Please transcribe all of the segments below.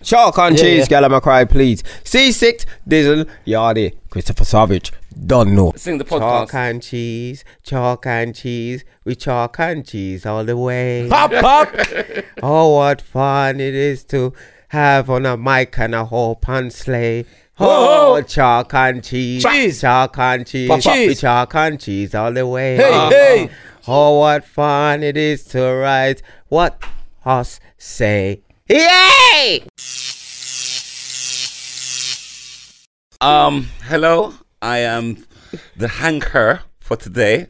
Shark on Yeah, cheese, yeah. Gala McCry, please. C6, Dizzle, Yardy, Christopher Savage, don't know. Sing the Chalk podcast. and cheese, chalk and cheese, we chalk and cheese all the way. Pop, pop. Oh, what fun it is to have on a mic and a whole pan sleigh. Oh, chalk and cheese, Cheese. chalk and cheese, Pop, pop. we chalk and cheese all the way. Uh-huh. Hey, hey. Oh, what fun it is to ride what us say. Yay! Um, hello. I am the hanker for today,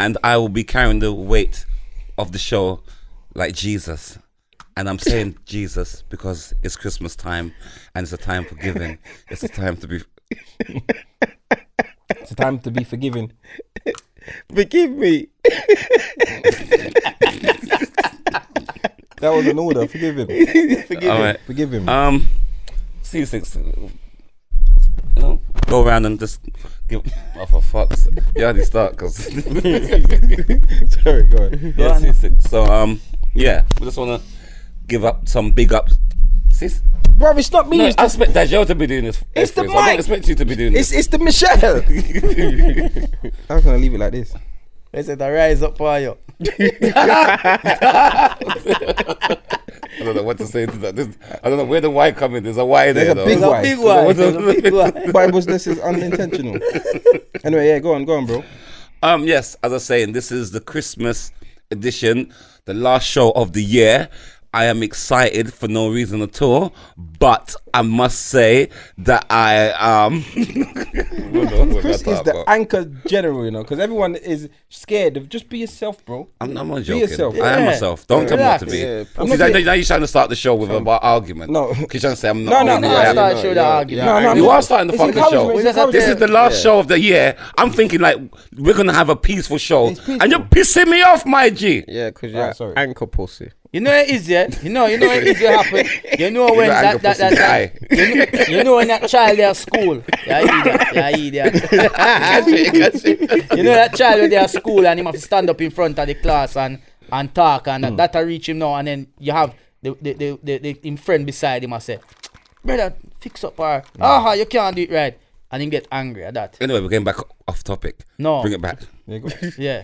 and I will be carrying the weight of the show like Jesus. And I'm saying Jesus because it's Christmas time, and it's a time for giving. It's a time to be. It's time to be forgiven. Forgive me. That was an order. Forgive him. All right. Forgive him. Um, C6. You know, go around and just give. Oh, for fuck's You already start because. Sorry, go on. yeah, C6. So, um, yeah, we just want to give up some big ups. C6. Bro, it's not me. No, it's, I expect Dajel to be doing this. It's the F- I mic. don't expect you to be doing it's, this. it's the Michelle. I was going to leave it like this. They said I rise up for you. I don't know what to say to that. This, I don't know where the Y coming. There's a Y there. a though. big There's a Why? big one. There's a big one. But it was this is unintentional. anyway, yeah, go on, go on, bro. Um, yes, as I was saying, this is the Christmas edition, the last show of the year. I am excited for no reason at all, but I must say that I um. Hold on, what Chris did I is talk the about? anchor general, you know, because everyone is scared of just be yourself, bro. I'm, I'm not Be joking. yourself. I am Yeah. myself. Don't tell me what to be. Relax. Yeah, See, I'm not now, saying- now you're trying to start the show with an argument. No. Because you're trying to say I'm No, not. no, really no, what I no, am. no, Start show the yeah, argument. No, no, you no. are starting the It's fucking encouragement, show. it's This is encouragement. the last show of the year. I'm thinking like we're gonna have a peaceful show, and you're pissing me off, my G. Yeah, because Ah, you're sorry. ankle pussy. You know it is, yeah. You know, you know it is. You happen. You know when got anger that that, that, pussy that- you, know, you know when that child they at school. Yeah, he that. Yeah, he that. you know that child when they at school and him have to stand up in front of the class and and talk and that that I reach him now and then you have the the the, the, the him friend beside him and say, brother, fix up her. Aha, you can't do it right. And him get angry at that. Anyway, we're getting back off topic. No. bring it back. Yeah, go. Yeah.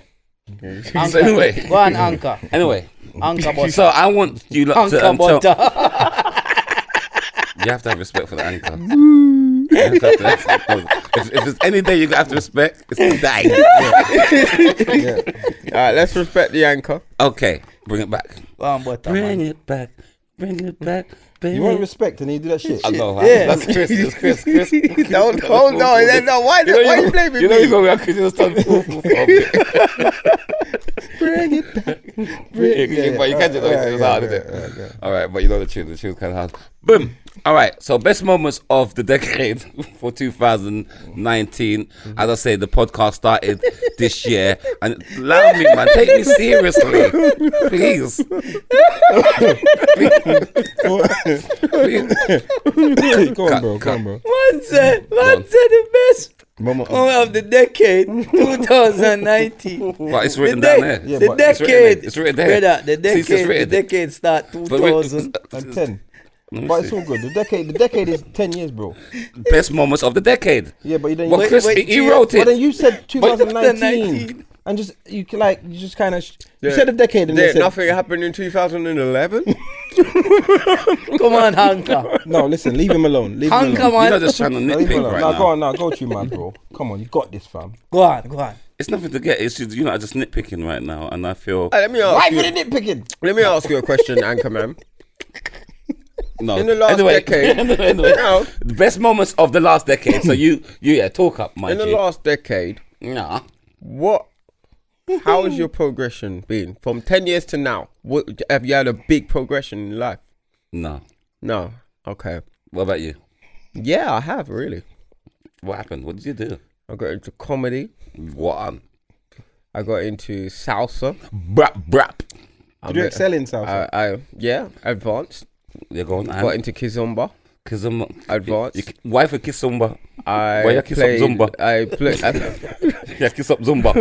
So anyway, Go on, anchor. anyway. Anchor butter. So I want you lot to anchor um, tell, butter. you have to have respect for the anchor. You have to have- if, if there's any day you have to respect, it's dying. All right, let's respect the anchor. Okay, bring it back. Go on, butter. man. Bring it back. Bring it back. Bring You it want respect and you do that shit. I know. Yeah. That's Chris. That's Chris. Chris. Don't Oh, hold on. No, no, why, You know, why you, you blaming you know me? you're gonna be like, "Could you just done poof, poof, poof." Bring it back. Yeah, but you can't do it. It's hard, isn't it? All right, but you know the tune. The tune's kind of hard. Boom. All right. So best moments of the decade for 2019. As I say, the podcast started this year, and allow me, man, take me seriously, please. please. go on, bro. Go on, bro. Man said, man said the best Mama, moment of the decade, 2019. But it's The, written de- down there. Yeah, the but it's decade, It's written there. brother, the See, it's decade, the written. decade start 2000. I'm But we- ten. But it's all good. The decade, the decade is ten years, bro. best moments of the decade. Yeah, but you don't. Well, Wait, Chris, wait, he- he yeah, wrote but then it. you said 2019, 2019. and just you c- like you just kind of sh- you Yeah. said a decade and There, they said nothing happened in 2011. Come on, Hanka. no. Listen, leave him alone. Leave him Hanka, alone. You're man. not just trying to No, leave him nitpick alone. right now, now. go on now, go to you, man, bro. Come on, you got this, fam. Go on, go on. It's nothing to get. It's just, you know, I'm just nitpicking right now, and I feel Uh, Hey, let me ask Why you. for the nitpicking? Let me ask you a question, Anchorman. no. in the last decade- anyway, anyway. No. the best moments of the last decade. So you, you, yeah, talk up, my In the G. last decade, nah, what? How has your progression been from 10 years to now? What, have you had a big progression in life? no. No. Okay. What about you? Yeah, I have really. What happened? What did you do? I got into comedy. What? Um, I got into salsa. brap, brap. I Did you met- excel in South? I, I yeah, advanced. You're going. Got And into kizomba. kizumba. Advanced. You, you, wife of kizumba. I Why you kiss up played, Zumba? I played. I, Yeah, kiss up zumba.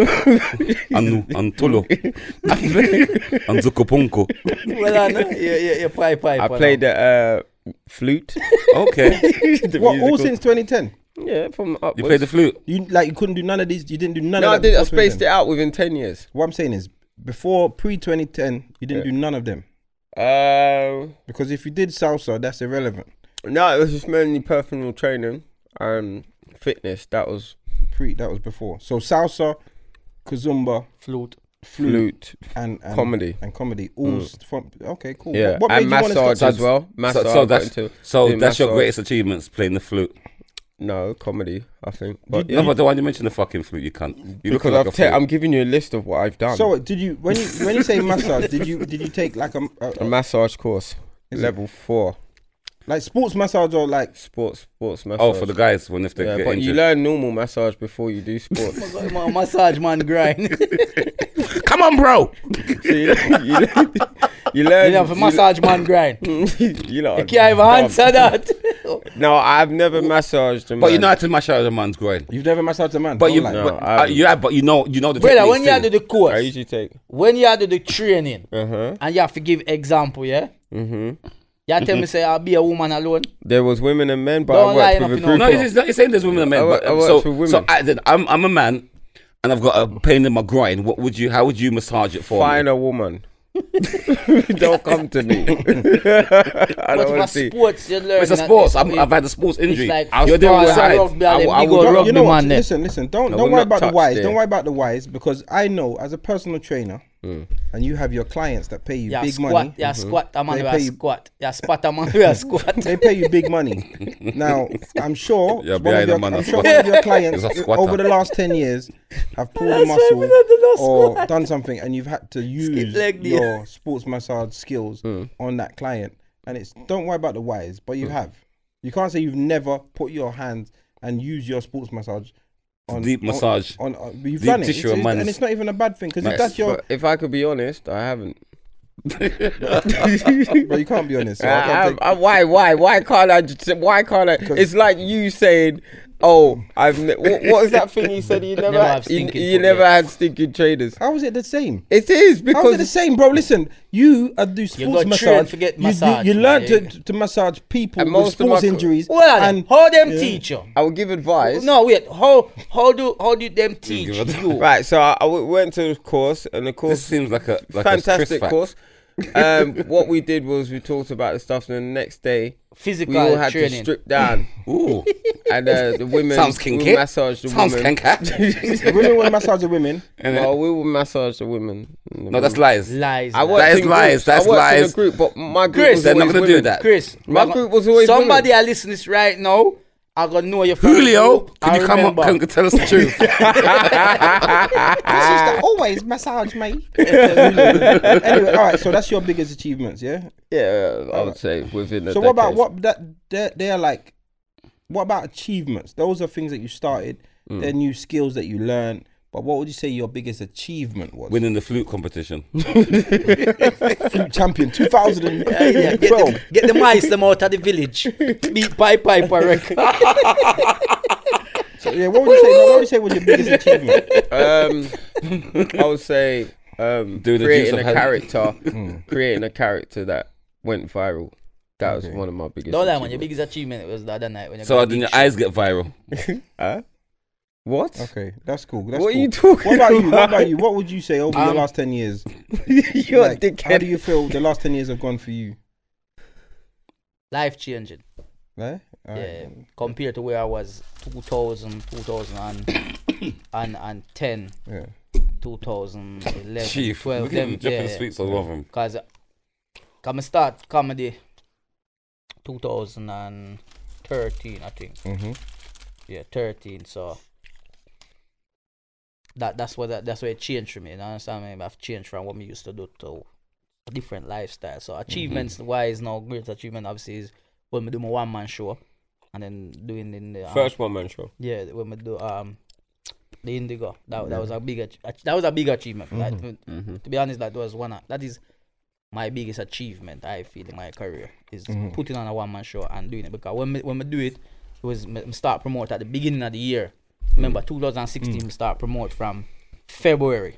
and and tolo. and zukopunko. Well, I know. Yeah, yeah, yeah, pie, pie. I played at uh, flute. Okay. The What, all musical. since 2010? Yeah, from upwards. You played the flute. You like you couldn't do none of these. You didn't do none No, of I that. did. I before 2010? spaced it out within ten years. What I'm saying is, before pre 2010, you didn't do none of them Um, because if you did salsa, that's irrelevant. no, it was just mainly personal training and fitness. That was Pre that was before. So salsa, kazumba, Flute. flute, flute, and, and comedy. Mm. and comedy. All s- from okay, cool. Yeah, What, what and made you want to massage start? as well. Massage. so I got that's- into So doing that's your massage. greatest achievements, playing the flute. No comedy, I think. But No, but the one you mentioned the fucking flute, you can't. You look because like a I've te- flute. I'm giving you a list of what I've done. So wait, did you when you when you say massage? did you did you take like a, a- a massage course, Is it- level four, like sports massage or like sports sports massage. Oh, for the guys when if they yeah, get but you injured. Oh learn normal massage before you do sports. Ma- Massage man grind. Come on, bro. so you, you, learn- you learn. you know, for you massage man grind. you know, You can't even answer that. No, I've never massaged a man. But you know how to mash out a man's groin. you've never massaged a man? But Don't you, lie. No, but, I uh, haven't. yeah, but you know, you know the. Brother, techniques when you had too. to the I course, usually take. when you had to the training, Uh Uh-huh. huh. and you have to give example, yeah? Mm-hmm. Mhm. You tell me, say, I'll be a woman alone. There was women and men, but Don't lie I worked enough, with a you know. group. No, of- it's, it's not, it's saying there's women and men. I work- but, I um, work so, with women. so I, then I'm, I'm a man, and I've got a pain in my groin. What would you? How would you massage it for Find me? a woman. don't come to me. I But don't for want to see. sports, you learn. It's a that sports. it's- I'm, I've had a sports injury. like I was dealing football, with and height. rugby, I, them I big would old not- Bro, rugby you know what? man there. Listen, listen. Don't don't No, we're worry not about the touched whys. there. Don't worry about the whys because I know as a personal trainer, and you have your clients that pay you Yeah, big squat, money. yeah, squat, a man They with pay a you- squat, yeah, squat, a man with a squat. They pay you big money. now I'm sure Yeah, one behind of the your, man I'm that sure squat. one of your He's clients a squatter. over the last ten years have pulled a muscle Oh. or done something, and you've had to use leg day. your sports massage skills on that client. And it's don't worry about the whys, but you have. You can't say you've never put your hands and use your sports massage. On, Deep on- massage. on, uh, you've Deep done it, tissue It's- and it's- minus- and it's not even a bad thing because if Yes, that's your, But if I could be honest, I haven't. but you can't be honest. So I I, can't Uh, I, I, why, why, why can't I? Just, why can't I? It's like you saying, "Oh, I've." Ne- what, what was that thing you said? You never, Never had, have you, stinking you foot, never yeah. had stinking traders. take- how is it the same? It is How is it the because same, bro? Listen, you uh, do sports got trained, massage. forget you, massage, You, you learn to, man. to massage people And with most of my sports co- injuries. Well, and how them Yeah. teach you? I will give advice. No, wait, how how do how do them teach give a- you? Right, so I, I w- went to the course, and the This course, seems like a like a Chris fantastic fact. course. um, what we did was we talked about the stuff, and the next day Physical we all had to training. strip down, Ooh, and uh, the women sounds we kinky. massaged the sounds women. kinky. women will massage the women. Well, we will massage the women. no, that's lies. Lies. I man. worked That is in lies, groups. that's I worked in a lies. group, but my group Chris, was they're not always gonna do women. that. Chris, My we're go- group was always somebody are listening this right now. I gonna know your family. Julio, I can you come up remember. and tell us the truth? It's just always massage me. anyway, all right. So that's your biggest achievements, yeah. Yeah, I would say within. A so what about decade. what that they're, they're like? What about achievements? Those are things that you started. Hmm. They're new skills that you learn. But what would you say your biggest achievement was? Winning the flute competition. Flute champion 2012. Yeah, yeah, get, the, get the mice them out of the village. Beat Pipe Piper record. So, yeah, what would you say? no, What would you say was your biggest achievement? Um, I would say um, Do the juice creating of a hand. character, Hmm, creating a character that went viral. That was one of my biggest. Don't lie, man. Your achievements. biggest achievement was the other night when you So got then your beat. eyes get viral. What? Okay, that's cool. That's What are cool. you talking What about you? What about? Um, about you? What would you say over your last ten years? You're Like, a dickhead. How do you feel the last ten years have gone for you? life changing. Eh? All right. Yeah, compared to where I was 2000, 2010, and, and 10, Yeah. 2011, Chief, we 12, can them, even jump in yeah, the sweets all of them. Because I start comedy 2013, I think. Mhm. Yeah, 13, so... That, that's what that, that's where it changed for me. You know, understand me? I've changed from what we used to do to a different lifestyle. So achievements wise, now great achievement obviously is when we do my one man show, and then doing in the um, First one man show. yeah, when we do um the Indigo, that, that was a big ach- ach- that was a big achievement. Like, Mm-hmm. Mm-hmm. To be honest, that was one of- that is my biggest achievement. I feel in my career is Mm-hmm. putting on a one man show and doing it because when me, when we do it, it was me, me start promote at the beginning of the Mm. year. Remember, 2016 me start promote from February.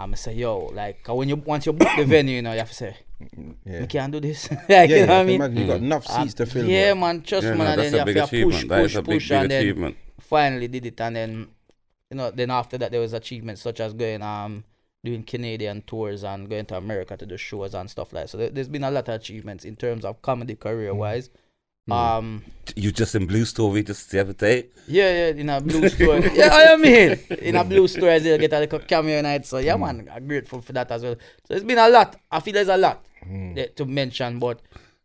I'm say yo like 'cause when you once you book the venue, you know you have to say Mm-hmm. Yeah. You can't do this. like, yeah, you know yeah, what I I mean? imagine you got enough Mm. seats to fill. Yeah, Yeah, man, trust Yeah, me, no, man. that's and a then big you have to push, achievement. That push, is a big, push, big and then achievement. finally did it. And then, you know, then after that, there was achievements such as going um doing Canadian tours and going to America to do shows and stuff like. So there, there's been a lot of achievements in terms of comedy career wise. Mm. Um, Uh, You just in Blue Story just the other day. yeah, yeah, in a blue store. yeah, I mean, in a blue store, as they get a little cameo night. So yeah, man, I'm grateful for that as well. So it's been a lot. I feel there's a lot Mm. Mm. that- to mention, but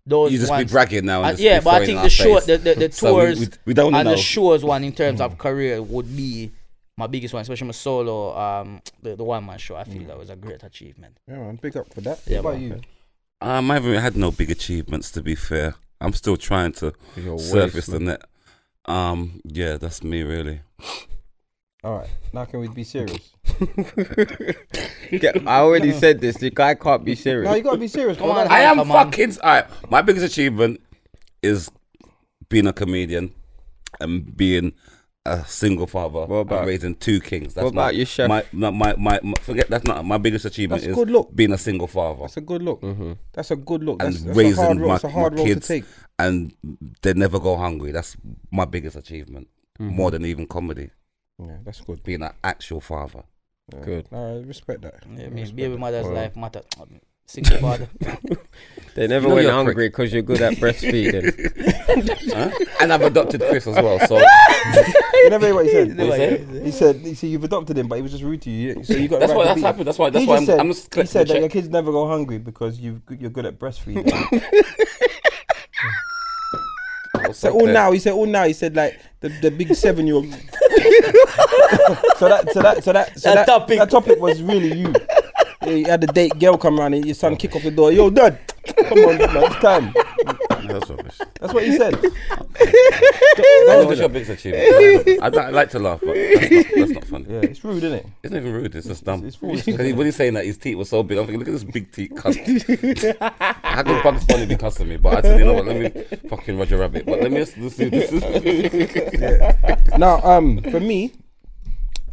those You just ones, be bragging now. and uh, just yeah, be but I throwing in think our the show, face. the, the, the So we- tours, we, we don't and know. the shows one in terms of career would be my biggest one, especially my solo, um, the, the one man show. I feel Mm. that was a great achievement. yeah, man, big up for that. Yeah, what about man. you? Um, I haven't had no big achievements to be fair. I'm still trying to Your surface the net. Um, yeah, that's me really. All right, now can we be serious? Yeah, I already said this. The guy can't be serious. No, you gotta be serious. Come bro. on, That's- I am Come on. fucking. All right, my biggest achievement is being a comedian and being a single father What about- and raising two kings. That's what my, about your chef? My, no, my, my, my- forget that's not my biggest achievement. That's is good look. being a single father That's a good Mm. look. Mm-hmm. That's a good look. and That's, that's a hard raising role. my, it's a hard my role to kids, take. and they never go hungry. That's my biggest achievement, Mm-hmm. more than even comedy. Mm. Yeah, that's good. Being an actual father. Yeah. Good. All right, respect that. Yeah, I mean, Respect baby that. mother's Wow. life matter. Single father. They never You know went you're a prick. hungry because you're good at breastfeeding. Huh? and I've adopted Chris as well. So You never hear what he said. What he said? He said, he said you've adopted him, but he was just rude to you. So you got that's the why right to beat that's him. happened. That's why that's He why just I'm, said, I'm just he collecting said the that your check. kids never go hungry because you you're good at breastfeeding. so all now he said all now he said like the, the big seven year old. so that so that so that so That that, topic. that topic was really you. Yeah, You had a date girl come around and your son kick off the door. Yo, dad, come on, man, it's time. That's rubbish. That's what he said. I know what's your biggest achievement. I, I like to laugh, but that's not, that's not funny. Yeah, it's rude, isn't it? It's not even rude. It's just dumb. It's foolish. Because he, when he's saying that his teeth were so big, I'm thinking, look at this big teeth cuss. How could Bugs Bunny be cussing me? But I said, you know what? Let me fucking Roger Rabbit. But let me just this is- this is- now, um, for me,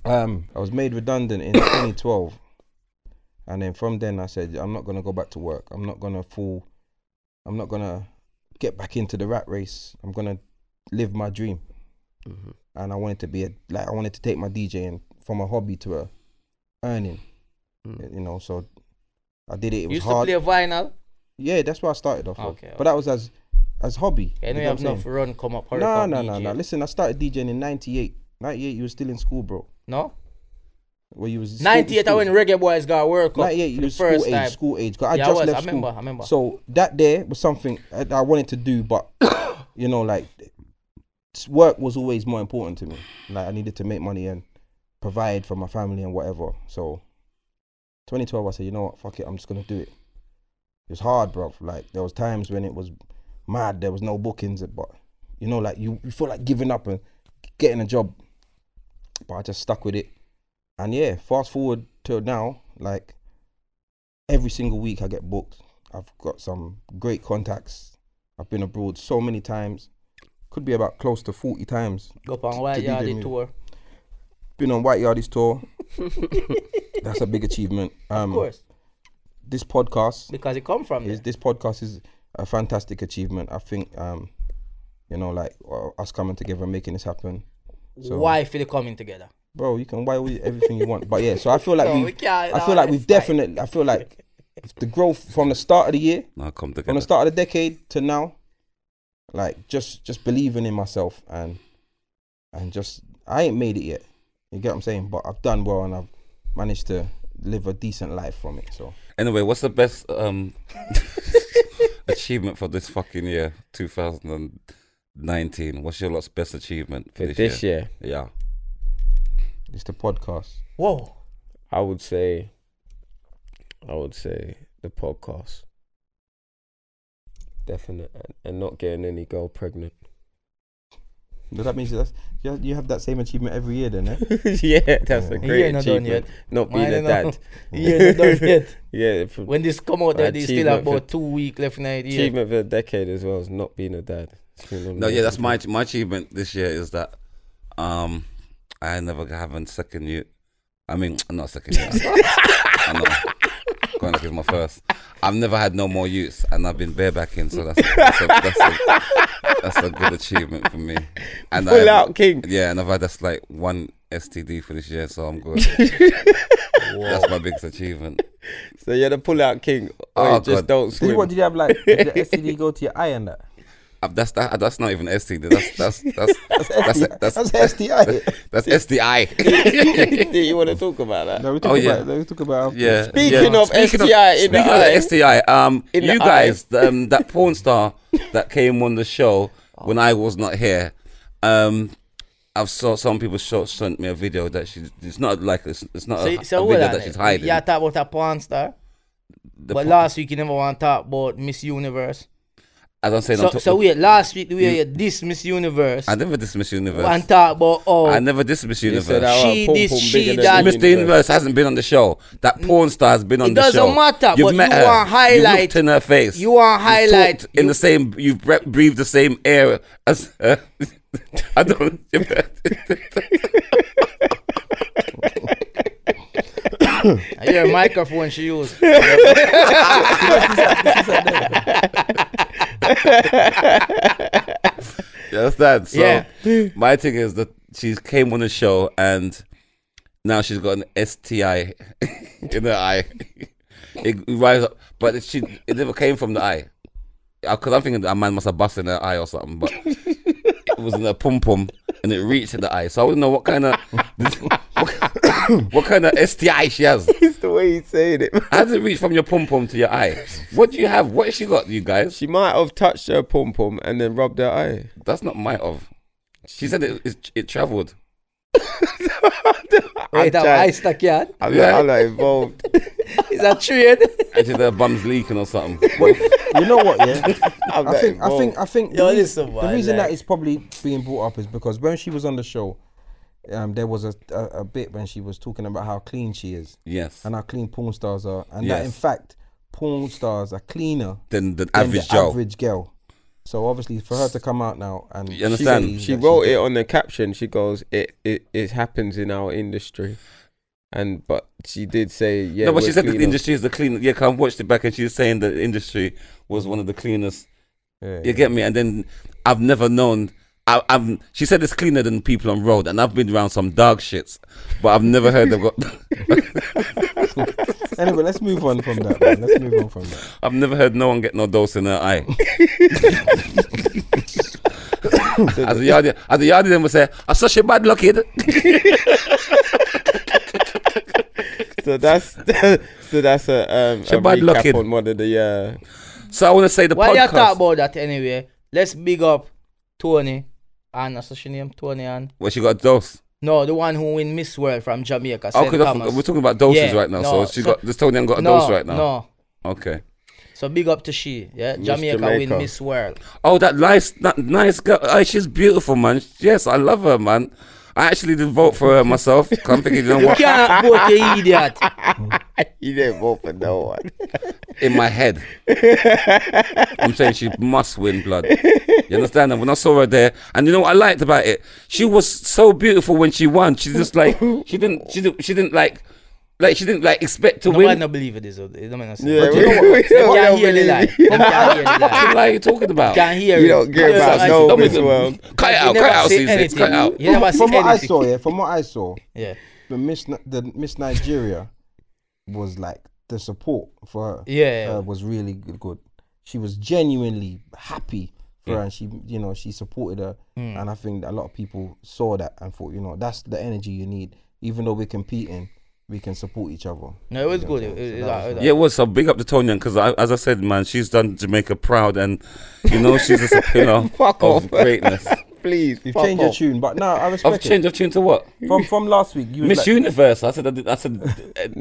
um, I was made redundant in 2012, and then from then I said I'm not gonna go back to work. I'm not gonna fall. I'm not gonna get back into the rat race. I'm gonna live my dream, Mm-hmm. and I wanted to be a like I wanted to take my DJing from a hobby to a earning. You know, so I did it. It Mm. You was used hard. to play vinyl. yeah, that's where I started off. with. Okay, but that was as as hobby. Yeah, I know know you what have I'm saying? enough run come up. hurry No, up, no, no, DJ. no. Listen, I started DJing in 98. 98, you were still in school, bro. No? Where you was still in 98, I school. when Reggae Boys got World Cup. 98, for you the was school first age, time. school age. 'cause I Yeah, I just was, left I school. remember, I remember. So that there was something I, I wanted to do, but you know, like s- work was always more important to me. Like I needed to make money and provide for my family and whatever. So 2012, I said, you know what, fuck it, I'm just gonna do it. It was hard, bro. Like there was times when it was mad. There was no bookings, but you know, like you, you feel like giving up and getting a job. But I just stuck with it, and yeah, fast forward till now, like every single week I get booked. I've got some great contacts. I've been abroad so many times. Could be about close to 40 times. Go up on to White DJ Yard music. tour. Been on White Yardies tour. That's a big achievement. Um, Of course, This podcast because it come from is there. this podcast is a fantastic achievement. I think um, you know, like uh, us coming together and making this happen. So, Why feel it coming together? bro, you can why we- everything you want. But yeah, so I feel like No, we, we can't, I no, feel like we've it's like- definitely. I feel like the growth from the start of the year Now come from the together. start of the decade to now, like just just believing in myself and and just I ain't made it yet. You get what I'm saying? But I've done well and I've managed to live a decent life from it. So Anyway, what's the best um achievement for this fucking year, 2019? What's your lot's best achievement for For this, this year? year, Yeah. it's the podcast. Whoa. I would say, I would say the podcast. Definite and, and not getting any girl pregnant. Does that mean that's you have, you have that same achievement every year then? Eh? yeah, that's a Yeah, great not done achievement. yet. Not Mine being a ain't dad. Yeah, not done yet. Yeah, for When this come out, there, they still have Achievement for- about two week left in the year. achievement for a decade as well is not being a dad. It's been No, amazing. yeah, that's my my achievement this year is that um I never having second year. I mean, not second year. I know. Gonna give my first. I've never had no more use, and I've been barebacking, so that's a, that's, a, that's, a, that's a good achievement for me. And Pull I've- out, king. Yeah, and I've had that's like one STD for this year, so I'm good. that's my biggest achievement. So you're the pull out king. Or Oh, you God. just don't Did, you- what, swim. did you have like did the STD go to your eye and that? Uh, That's that, that's not even STD. That's that's that's that's that's STI. that's, that's, Oh, That's STI. SDI. Do you want to talk about that? No, we Oh, talk yeah. about. No, we talk about. Yeah. Speaking yeah. of STI in the speaking of eye. STI, um, In the you eye. guys, um, that porn star that came on the show when I was not here, um, I've saw some people short sent me a video that she. It's not like it's, it's not So, a, so a what video that that she's hiding. Yeah, talk about a porn star. The but por- last week you never want to talk about Miss Universe. I don't say So, no. to- so wait, last week we had this Miss Universe I never diss Miss Universe. and talk about oh I never diss Miss You Universe. said, "Oh, She pom-pom this, bigger she than that." the Mr. Universe hasn't been on the show. That porn star has been on It the show. doesn't matter, You've but met you her. want You highlight- looked in her face. you want You've highlight- talked in the same. You've bre- breathed the same air as. her. I don't. I hear a microphone she used. You understand? So Yeah. my thing is that she came on the show and now she's got an STI in her eye. It rises up, but she it never came from the eye. Because I'm thinking that a man must have busted in her eye or something, but it was in her pum pum and it reached in the eye. So I wouldn't know what kind of what, what kind of STI she has. It's the way he's saying it. How does it reach from your pum pum to your eye? What do you have? What has she got, you guys? She might have touched her pom pom and then rubbed her eye. That's not my of. She said it it, it travelled. Right that tried. ice stuck yard. I'm, Yeah. not, I'm not involved. Is that trade? Actually, their bum's leaking or something. What? You know what? Yeah. I'm I not think, I involved. think, I think. Yo, the, reas- listen, the man, reason like- that it's probably being brought up is because when she was on the show, um, there was a, a, a bit when she was talking about how clean she is yes. and how clean porn stars are, and that in Yes. fact, porn stars are cleaner Then the than average the Joe. average girl. So obviously, for her to come out now and You understand? say She that wrote it on the caption. She goes, "It it it happens in our industry," and but she did say, "Yeah." no, but she we're said that the cleaner. industry is the cleanest. Yeah, 'cause I watched it back and she was saying that the industry was one of the cleanest. Yeah, You get me? And then I've never known. I, I'm. She said it's cleaner than people on road, and I've been around some dog shits, but I've never heard they've got. Anyway, let's move on from that. Man. Let's move on from that. I've never heard no one get no dose in their eye. as a yardie, as a yardie, then would say, "I'm such a bad luck kid." So that's so that's a um She a bad recap looking. on one of the uh, So I want to say the Why you talk podcast. about that anyway? Let's big up Tony and what's her name? Tony and Where she got dose. no, the one who win Miss World from Jamaica. Oh, St. 'cause I Thomas. forgot- we're talking about doses Yeah, right now. no, so she so- got this Tony and got a no, dose right now. No, Okay. so big up to she. Yeah, Jamaica, Jamaica. win Miss World. Oh, that nice, that nice girl. Oh, she's beautiful, man. Yes, I love her, man. I actually did vote for her myself. 'cause I'm thinking, you know You what? can't vote, you idiot. you didn't vote for no one. In my head, I'm saying she must win blood. You understand? And when I saw her there, and you know what I liked about it? She was so beautiful when she won. She just like she didn't, she didn't, she didn't like, like she didn't like expect to Nobody win. no believe it is. uh, It don't make no sense. Yeah, But we- you know what? we Them don't can't hear the believe lie. it. Them can't hear the lie. What are you talking about? Can't hear You it. don't care Yes, about I- no don't Miss make- World. Cut it you out, never cut it out, say C6, cut anything. it out. You never From, see from what I anything. saw, yeah, from what I saw, Yeah. the Miss Ni- the Miss Nigeria was like the support for her. Yeah. uh, was really good. good. She was genuinely happy for her, and she you know she supported her, Hmm. and I think that a lot of people saw that and thought you know that's the energy you need. Even though we're competing, we can support each other. No, it was good. It- it- it- it- Yeah, it was. So big up to Tonya because, as I said, man, she's done Jamaica proud, and you know she's just a pillar Fuck of off. greatness. Please, You've fuck changed your off. tune, but now I I've respect it. changed. I've changed to what? From from last week, you was Miss like, Universe. I said. I, did, I said because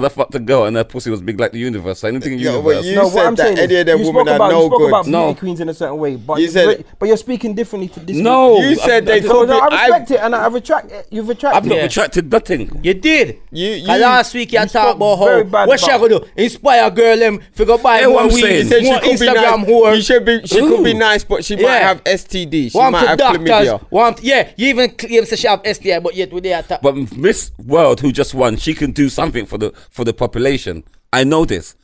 No. I fucked a girl and her pussy was big like the universe. So anything Yeah, universe. but you said that any of them you women spoke are about, no you spoke good. about No. beauty queens in a certain way, but You you said- re- but you're speaking differently to this. No, You said they week. so took no, it. I I, respect it, and I retract. You've I've retracted. not Yeah. retracted nothing. You did. You- you- 'Cause last week you, you spoke talked about very how bad what she about- gonna do? Inspire girl them for go buy Yeah, what more I'm weed, saying. you said she more could Instagram be nice. You whore. should be. She could be Ooh. nice, but she might Yeah. have STD. She Want might to have doctors. chlamydia. Want yeah. You even claims that she have STI, but yet today I talk. But Miss World, who just won, she can do something for the for the population. I know this.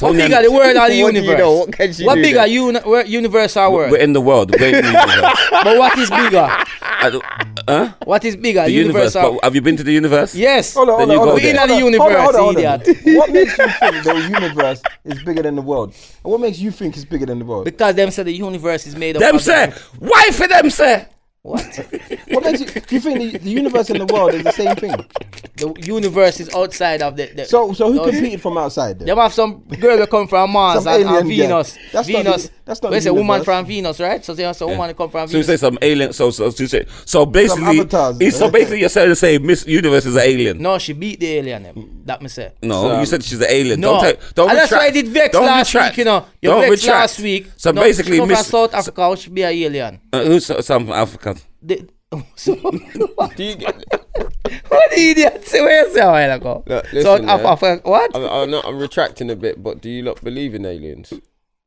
What Tony big and- are the world or the What do you universe? know? What can you What do big then? are uni- wor- universe or world? We're in the world. We're in the universe. but what is bigger? I don't- huh? What is bigger? The universe. or- But have you been to the universe? yes. Hold on, Then hold on, you go hold on. there. Within the Hold on, hold on, universe, hold on. What makes you think the universe is bigger than the world? And what makes you think it's bigger than the world? Because them say the universe is made up. Them of- say, why for them say? What? What makes you, do you think the, the universe and the world is the same thing? the universe is outside of the. the So, so who those- competed from outside? Then? Them have some girl that come from Mars Some and, and alien girl. Venus. That's not Venus. the- that's not Where's the a woman universe. from Venus, right? So they have some woman that come from So you Venus. say some alien. So so, so you say so basically. avatars. it's- So basically, you're saying to say Miss Universe is an alien. no, she beat the alien. them. That me say. No, So- you said she's an alien. No, Don't take, don't and that's why I retract. did vex Don't last retract. week. You know, you Don't vexed retract. last week. So No, basically, she come from Miss South Africa, how she be a alien. uh, who's some African? The, so, what Do you get, the idiot say? Where you say a while ago? Look, South listen, yeah. Africa. uh, What? I'm, I'm, not, I'm retracting a bit, but do you not believe in aliens?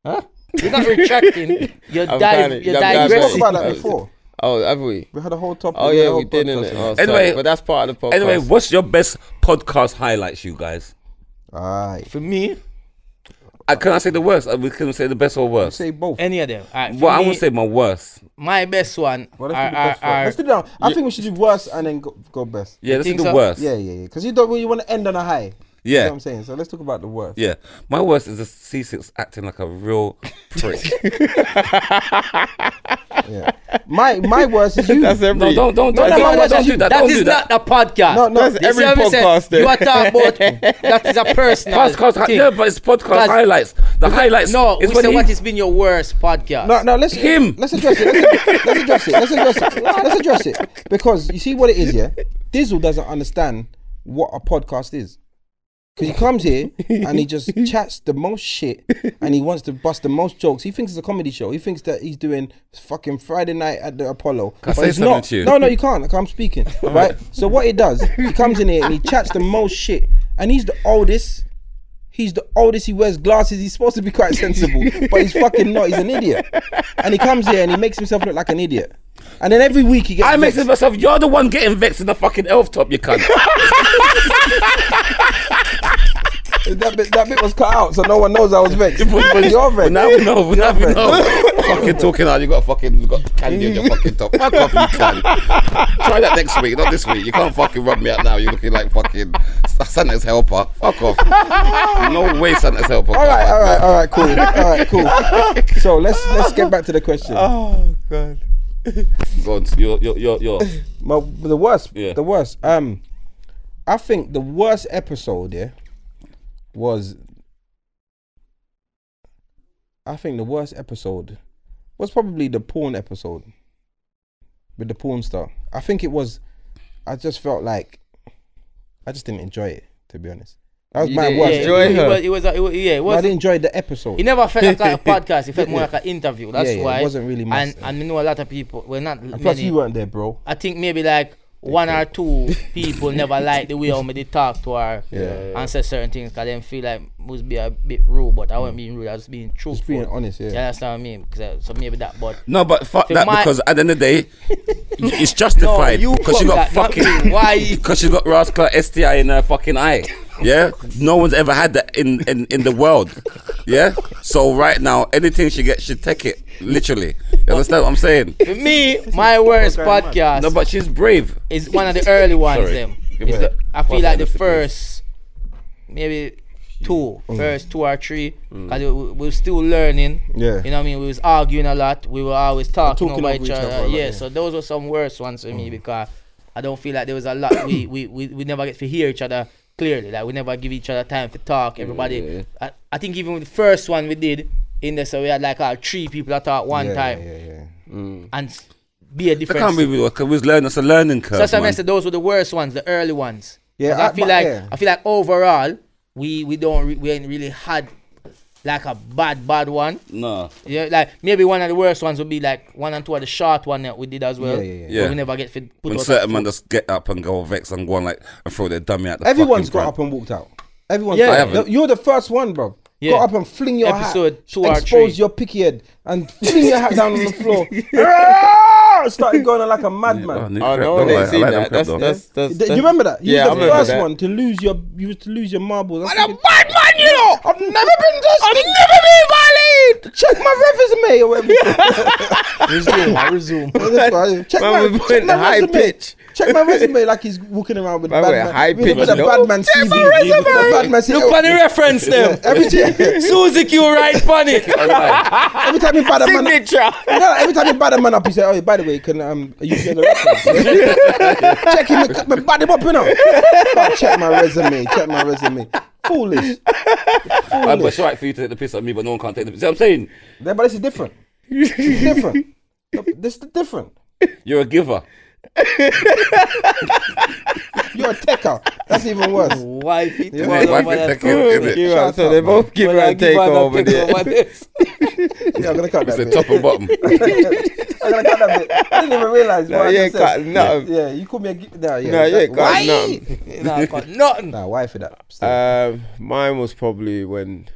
You're not retracting. You're I'm dive. kinda- You're I'm kinda- We spoke digressing. about that before. Oh, have we? We had a whole topic. Oh we had a yeah, whole we did, podcast innit? on Oh, it. sorry, Anyway- but that's part of the podcast. Anyway, what's your best podcast highlights, you guys? Aye. For me, Uh, can I say the worst? Uh, We can say the best or worst. Say both. any of them. Alright, for Well, I'm me, gonna say my worst. my best one. Well, let's are- do the are- best are- first. Let's do down. I think we should do worse and then go, go best. Yeah, this is think the so? worst. Yeah, Yeah. yeah, yeah. Because you don't really want to end on a high. You know Yeah. what I'm saying? So let's talk about the worst. My worst is a C6 acting like a real prick. Yeah. My my worst is you. that's every. no, don't, don't, No, don't, no, don't, no, do no, that, don't do that. That Don't do is that. not a podcast. No, no. This That's You see every what I'm saying? eh? podcast. You are talking about that is a personal Podcast, thing. yeah, but it's podcast Because- highlights. The highlights. No, is we when say he- what has been your worst podcast. No, no, let's Him. Let's address it. Let's, let's address it. Let's address it. Let's address it because you see what it is, yeah. Dizzle doesn't understand what a podcast is because he comes here and he just chats the most shit and he wants to bust the most jokes. He thinks it's a comedy show. He thinks that he's doing fucking Friday night at the Apollo. Can I but say it's something not. to you? No, no, you can't. Like, I'm speaking, right? So what he does, he comes in here and he chats the most shit, and he's the oldest. He's the oldest. He wears glasses. He's supposed to be quite sensible, but he's fucking not. He's an idiot. And he comes here and he makes himself look like an idiot. And then every week he gets. I make vexed. it myself. You're the one getting vexed in the fucking elf top, you cunt. that bit. That bit was cut out, so no one knows I was vexed. But- but you're but vexed. Now we know. Now we know. fucking talking out. You got fucking you got candy on your fucking top. Fuck off, you can. Try that next week, not this week. You can't fucking rub me out now. You're looking like fucking Santa's helper. Fuck off. No way, Santa's helper. All right, all right, all right, cool, all right, cool. So let's let's get back to the question. Uh, Oh god. Go on. You're, you're, you're, you're. Well, the worst, Yeah. the worst. Um, I think the worst episode, yeah, was. I think the worst episode was probably the porn episode with the porn star. I think it was. I just felt like I just didn't enjoy it. To be honest, that was You my didn't worst. yeah, enjoy episode. it, her. was, it was, a- it was- yeah, it I was. didn't enjoy the episode. It never felt like a podcast. It felt more like an interview. That's Yeah, yeah, it why. wasn't really my And style. and I know a lot of people. Well, not And plus, many. you weren't there, bro. I think maybe like one or two people never liked the way how me did talk to her Yeah. and say certain things because then feel like must be a bit rude. But I wasn't being rude. I was being truthful. Just being honest, yeah. You understand what I mean? 'Cause, uh, so maybe that. But No, but fuck For that my- because at the end of the day, it's justified No, you because she fuck got that, not fucking me. Why? because she got rascal STI in her fucking eye. Yeah, no one's ever had that in in in the world. Yeah, so right now anything she gets, she take it literally. You understand what I'm saying? for me, my worst podcast No, but she's brave. is one of the early ones. Sorry. Them. Give It's me the- that. I feel Pass like that the list, please. first, maybe two, Mm. first two or three, Mm. because we, we were still learning. Yeah. You know what I mean? We was arguing a lot. We were always talking, Talking over over each each other. other a lot, yeah, yeah. Mm. so those were some worse ones for me because I don't feel like there was a lot we, we, we, we never get to hear each other clearly. Like we never give each other time to Mm, talk. Everybody I, I think even with the first one we did in there so we had like uh, three people that talk one Yeah, time Yeah, yeah, and s- be a I difference. can't be real, 'cause we was learning. It's a learning curve. So that's why I man. said those were the worst ones, the early ones. Yeah, 'Cause I- I, feel but- like yeah. I feel like overall we we don't re- we ain't really had like a bad bad one. No, Yeah, like maybe one of the worst ones would be like one and two of the short one that we did as well. Yeah, yeah, yeah. Yeah. But we never get fit, put when out. certain man just get up and go vex and go on like and throw their dummy out. The Everyone's fucking got front. up and walked out. Everyone's Yeah. got I up. haven't. You're the first one, bro. Yeah. Got up and fling your Episode hat. two or expose three. your picky head and fling your hat down on the floor. Barrett Ah! started going on like a Oh, madman. new I crep, know don't they worry, I see like them that. crep That's, though. that's, that's, Do you remember that? You yeah, I was the remember first that. one to lose your you was to lose your marbles. I'm a madman, you know. I've never been this. I've never been violated. Check my resume or whatever. Resume, I resume. check Man, my, we check went my high resume. pitch. Check my resume like he's walking around with Man, bad we're man, high with, pitch, with a no? bad man Check CV. my with a bad man CV. Look on the reference them. Every time, Susie Q right funny. every time he bad a man, up- Signature. no, every time he bad a man up, he said, "Oh, by the way, can um, are you getting a reference?" check him, look, but bad him up, you know. Oh, check my resume. Check my resume. Foolish. Oh, Ah, but it's alright for you to take the piss at me, but no one can't take the piss. See what I'm saying? Yeah, but this is different. This is different. This is different. You're a giver. You're a taker. That's even worse. Wifey, Yeah, tomorrow, wifey, man, take it, innit? Give her- Shut so up, they man. both give her Well, I a give her takeover that over take there. over this. Yeah, I'm gonna cut It's that. the bit. top and bottom. I'm gonna cut that bit. I didn't even realize. No, what I you just ain't said. cut nothing. Yeah, you called me a. gi- Nah, yeah, No, you that- ain't cut why? nothing. Nah, I got nothing. Nah, why for that? Still. Um, mine was probably when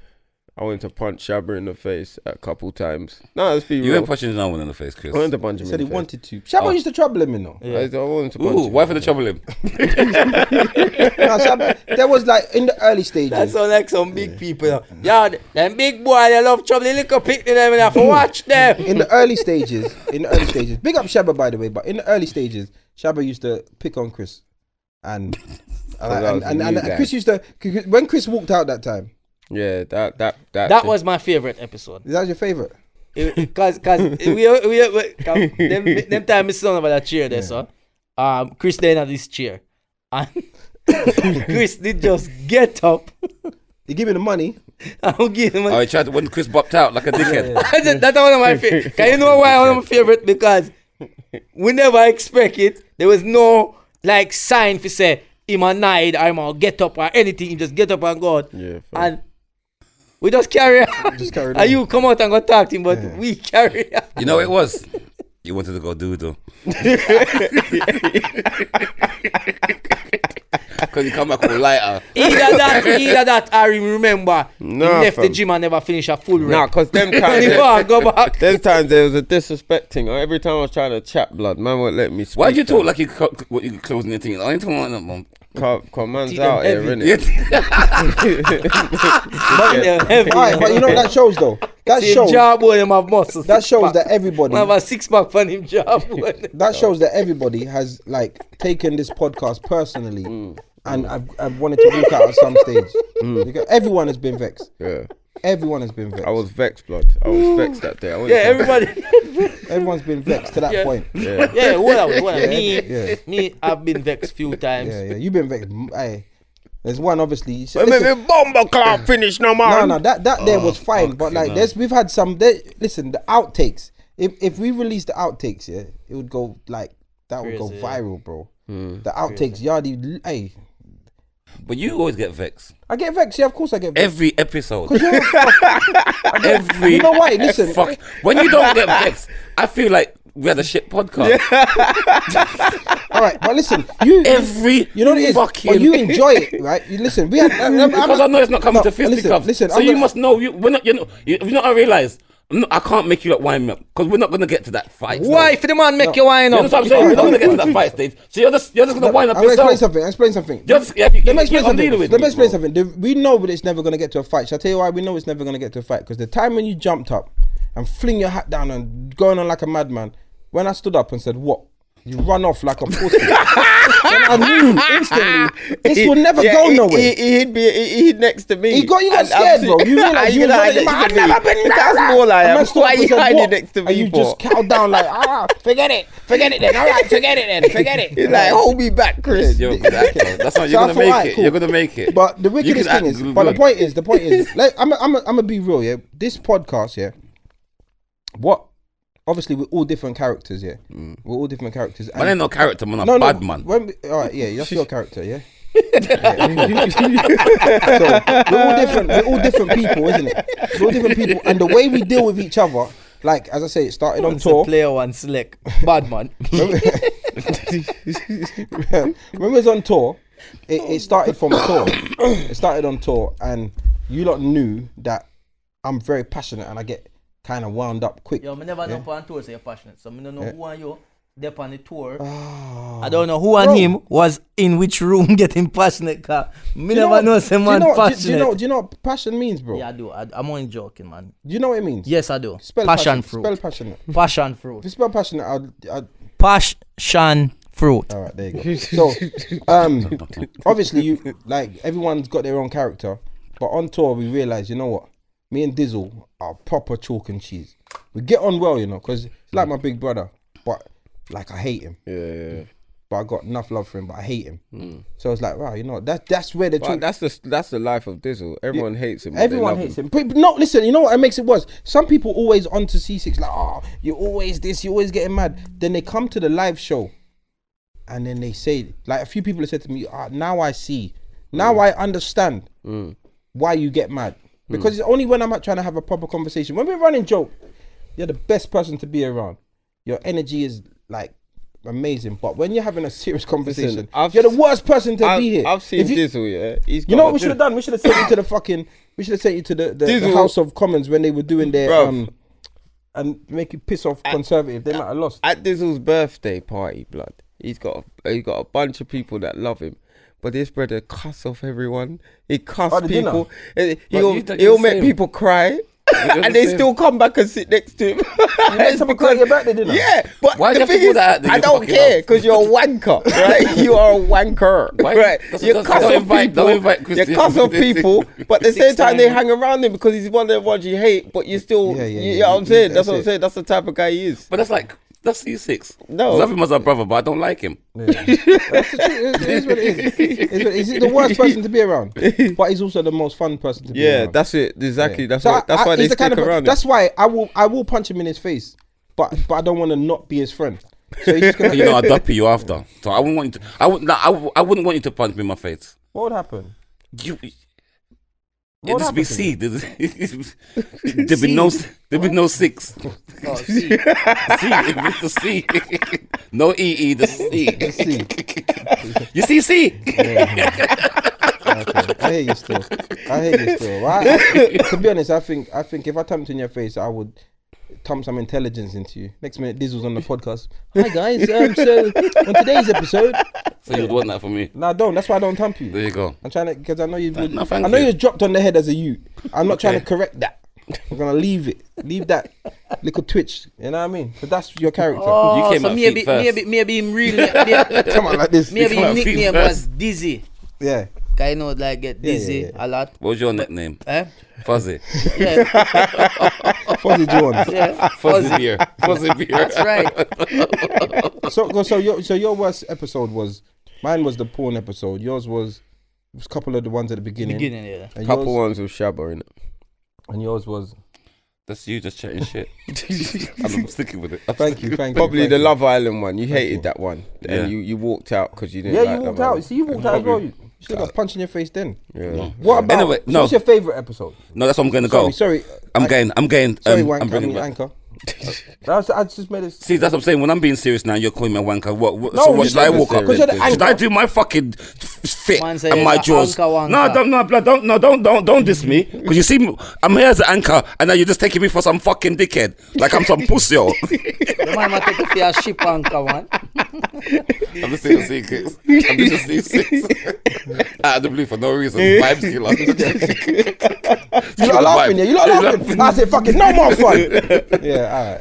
I went to punch Shabba in the face a couple times. No, let's be You real. ain't punching no one in the face, Chris. I went to punch he him. said in he the face. wanted to. Shabba Oh. used to trouble him, you know. I, I wanted to punch Ooh, him. why for the trouble him? Nah, Shabba, there was like in the early That stages. sound like some big people. Yeah, them big boy, they love trouble. They look up, pick them and have to watch them. in the early stages, in the early stages, big up Shabba by the way, but in the early stages, Shabba used to pick on Chris, and and, that was and, a and, new and guy. Chris used to when Chris walked out that time. Yeah, that that that. That was my favorite episode. Is that your favorite? It- Cause, cause we, we, we come- them, them time is son about that chair there, so um, Chris then at this chair, and Chris did just get up He gave me the money. and give him. Oh, A, he tried to, when Chris bopped out like a dickhead. that's that's one of my favorite. Can you know why one of my favorite? Because we never expect it. There was no like sign for say him a night or him a get up or anything. He just get up and go out. Yeah, fair. and we just carry on. Just carried and on. you come out and go talk to him, but we carry on. You know what it was? You wanted to go doodle. Because you come back with lighter. Either that, either that, or him remember Nah, he left the fam. gym and never finish a full Nah, rep. cause them And times. he go and go back. Them times there was a disrespecting. Uh, Every time I was trying to chat blood, man would let me speak. Why do you talk fam. like you co- what you closing your thing? I ain't talking like that, mum. Come, come man's Teeth them out here, heavy. innit? Yeah, heavy. Alright, but you know what that shows though. That Him shows jawbone, him have muscles. that six shows pack. that everybody Man have a six pack on him jawbone. that shows that everybody has like taken this podcast personally. Mm. And I've, I've wanted to walk out at some stage. Because everyone has been vexed. Yeah, Everyone has been vexed. Mm. I was vexed, blood. I was vexed that day. I Yeah, wasn't trying- everybody. Everyone's been vexed to that Yeah. point. Yeah. Yeah, what I, what I, me, yeah. me, I've been vexed few times. Yeah, yeah. You've been vexed. M- Aye. There's one obviously. You said, But listen, maybe Bomber can't finish no more. no, no, that that there Oh, was fine, but like there's we've had some. There, listen, the outtakes. If if we released the outtakes, yeah, it would go like that would go Crazy, yeah. viral, bro. The outtakes, Yardi. Hey, But you always get vexed. I get vexed. Yeah, of course I get vexed. Every episode. You're a fuck- Every. you know why? Listen, Fuck. When you don't get vexed, I feel like we had a shit podcast. all right, but listen, you Every. you know what it is, Fucking. but you enjoy it, right? You listen, we had. I'm, I'm- I'm because I know it's not coming no, to listen, fisticuffs. listen, so I'm you gonna- must know you. We're not. You know. You, you know. what I realize. I'm not, I can't make you like wine me up because we're not gonna get to that fight. stage. Why, if the man make you wine You know up? what I'm saying? We're not gonna get to that fight stage. So you're just. You're just gonna wind up I'm gonna explain yourself. something. Explain something. You're just, yeah, you, Let me you- explain I'm dealing something. with Let me you, explain bro. something. The, we know that it's never going to get to a fight. Shall I tell you why we know it's never going to get to a fight? Because the time when you jumped up and fling your hat down and going on like a madman, when I stood up and said, What? You run off like a pussy. and I knew instantly this will never Yeah, go he, nowhere. He, he'd be he, he'd next to me. He got- you got And I'm scared, si- bro. You realised And you was know, running next back. to me. I've never been That's like all I And I am. stood Why up are and you said, hiding "What?" next to And me you for? just cowed down like, ah, forget it. Forget it then. All right, forget it then. Forget it. He's like, hold me back, Chris. You're a good actor. That's not. You're So gonna I thought, make alright, it. cool. You're gonna make it. But the You can wickedest act thing is, good. but the point is, the point is, like, I'm, I'm, I'm gonna be real, yeah. This podcast, yeah. What? Obviously, we're all different characters, yeah. Mm. We're all different characters. Man, ain't no character man. I'm no, bad no. man. When we, all right, yeah, that's your character, yeah. Yeah. so we're all different. We're all different people, isn't it? We're all different people, and the way we deal with each other, like as I say, it started on Once a tour. player, one select. Bad man. when we was on tour, it, it started from tour. It started on tour, and you lot knew that I'm very passionate and I get kind of wound up quick. Yo, I never know on tour so you're passionate. So I don't know who are you. they on the tour. Ah. I don't know who and him was in which room getting passionate. Cause Do me you never what- know say do you man know what- passionate. Do you know? Do you know what passion means, bro? yeah, I do. I, I'm only joking, man. Do you know what it means? Yes, I do. Spell passion, passion. fruit. Spell passionate. passion If fruit. you spell passionate, I'd, I'd Passion fruit. All right, there you go. So, um, obviously, you like everyone's got their own character, but on tour we realize, you know what? Me and Dizzle are proper chalk and cheese. We get on well, you know, because it's like my big brother, but like I hate him. Yeah, yeah, yeah. But I got enough love for him, but I hate him. So it's like, wow, you know, that that's where the But chalk. that's the that's the life of Dizzle. Everyone hates him. but they Everyone love hates him. But, but no, listen, you know what makes it worse? Some people always onto C6, like, oh, you're always this, you're always getting mad. Then they come to the live show and then they say, like, a few people have said to me, ah, now I see. Now Mm. I understand why you get mad. Because it's only when I'm out trying to have a proper conversation. When we're running joke, you're the best person to be around. Your energy is like amazing. But when you're having a serious conversation, I've- you're the worst person to I've, be here. I've seen If you- Dizzle. Yeah, he's you got know a- what we should have done? We should have sent you to the fucking. We should have sent you to the, the, the Dizzle. House of Commons when they were doing their Bruv. um, and make you piss off conservative. They might have lost. at Dizzle's birthday party, blood. He's got a, he got a bunch of people that love him. But this brother cuss off everyone. He cuss At Oh, the dinner? people. Eh, you- He'll, you're he'll the make same. people cry. the and they same. still come back and sit next to him. made someone cry at your birthday dinner? Yeah, but Why do the you have to thing put is, that out there? I You don't fucking care up. because you're a wanker, right? you are a wanker, Why- right? that's- You that's- cuss don't off invite- people. don't invite you Christian cuss to off this thing. people, but at the same Six time they times. hang around him because he's one of the ones you hate. But you still, Yeah, yeah, you yeah, know what I'm yeah, saying? That's that's what I'm it. saying. That's the type of guy he is. But that's like That's C6. No. Love him as a brother, but I don't like him. That's the truth. It is what it is. It is what it is. He's the worst person to be around, but he's also the most fun person to be Yeah, around. that's it. Exactly. That's So why. I- That's I- why he's they the stick kind of per- around. That's why I will I will punch him in his face, but but I don't want to not be his friend. So he's just gonna. You know, I duppy you after. So I wouldn't want you to. I would. No, I, w- I wouldn't want you to punch me in my face. What would happen? You. What It just be happened to C. There's- There be no. There be no six. C. Oh, It's a C. No E E. The C. See, You see C. okay. I hate you still. I hate you still. I, I- to be honest, I think I think if I thumped in your face, I would thump some intelligence into you. Next minute, Dizzle's on the podcast. Hi guys. Um, so on today's episode, So you'd want that for me. no, I don't. That's why I don't thump you. There you go. I'm trying to because I know you. No, I thank know you. you. are dropped on the head as a you. I'm not trying to correct that. I'm gonna leave it. Leave that little twitch. You know what I mean? But that's your character. Oh, came so at feet maybe, first. maybe, maybe him real, maybe, Come on, like this. maybe came his at feet nickname first. was Dizzy. Yeah. Cause you know, like get Yeah, yeah, dizzy yeah. a lot. What was your nickname? Eh? Fuzzy. Yeah, Fuzzy Jones. yeah. Fuzzy beer. Fuzzy beer. That's right. So go- so your so your worst episode was mine was the porn episode. Yours was was a couple of the ones at the beginning. Beginning, yeah. And couple yours, ones with Shabba in it. and yours was That's you just chatting shit. And I'm sticking with it. I'm thank sticking you, thank you. Probably thank the you. Love Island one. You you. hated that one, Yeah. and you, you walked out because you didn't. Yeah, like you walked that out. one. See, you walked out as well. You should have got punched in your face then. Yeah. What about? Anyway, so no. What's your favorite episode? No, that's what I'm going to go. Sorry, sorry. I'm I- going. I'm going. Um, Sorry, Wank, I'm I bringing mean, back- anchor. I, was, I just made it. See, that's what I'm saying. When I'm being serious now, you're calling me a wanker. What? what No, so what you should I said walk up? serious. 'Cause you're the Should I anchor. do my fucking fit Man said and my you're the jaws? anchor wanker. No, don't, no, blood, don't, no, don't, don't, don't diss me. Because you see, me- I'm here as an anchor, and now you're just taking me for some fucking dickhead, like I'm some pussy. oh. The man might take a fair ship anchor one. I'm just saying secrets. I'm just saying secrets. Out of the blue for no reason. Vibes killer. You're not laughing, yeah. You're not laughing. I said, fuck it, no more fun. yeah,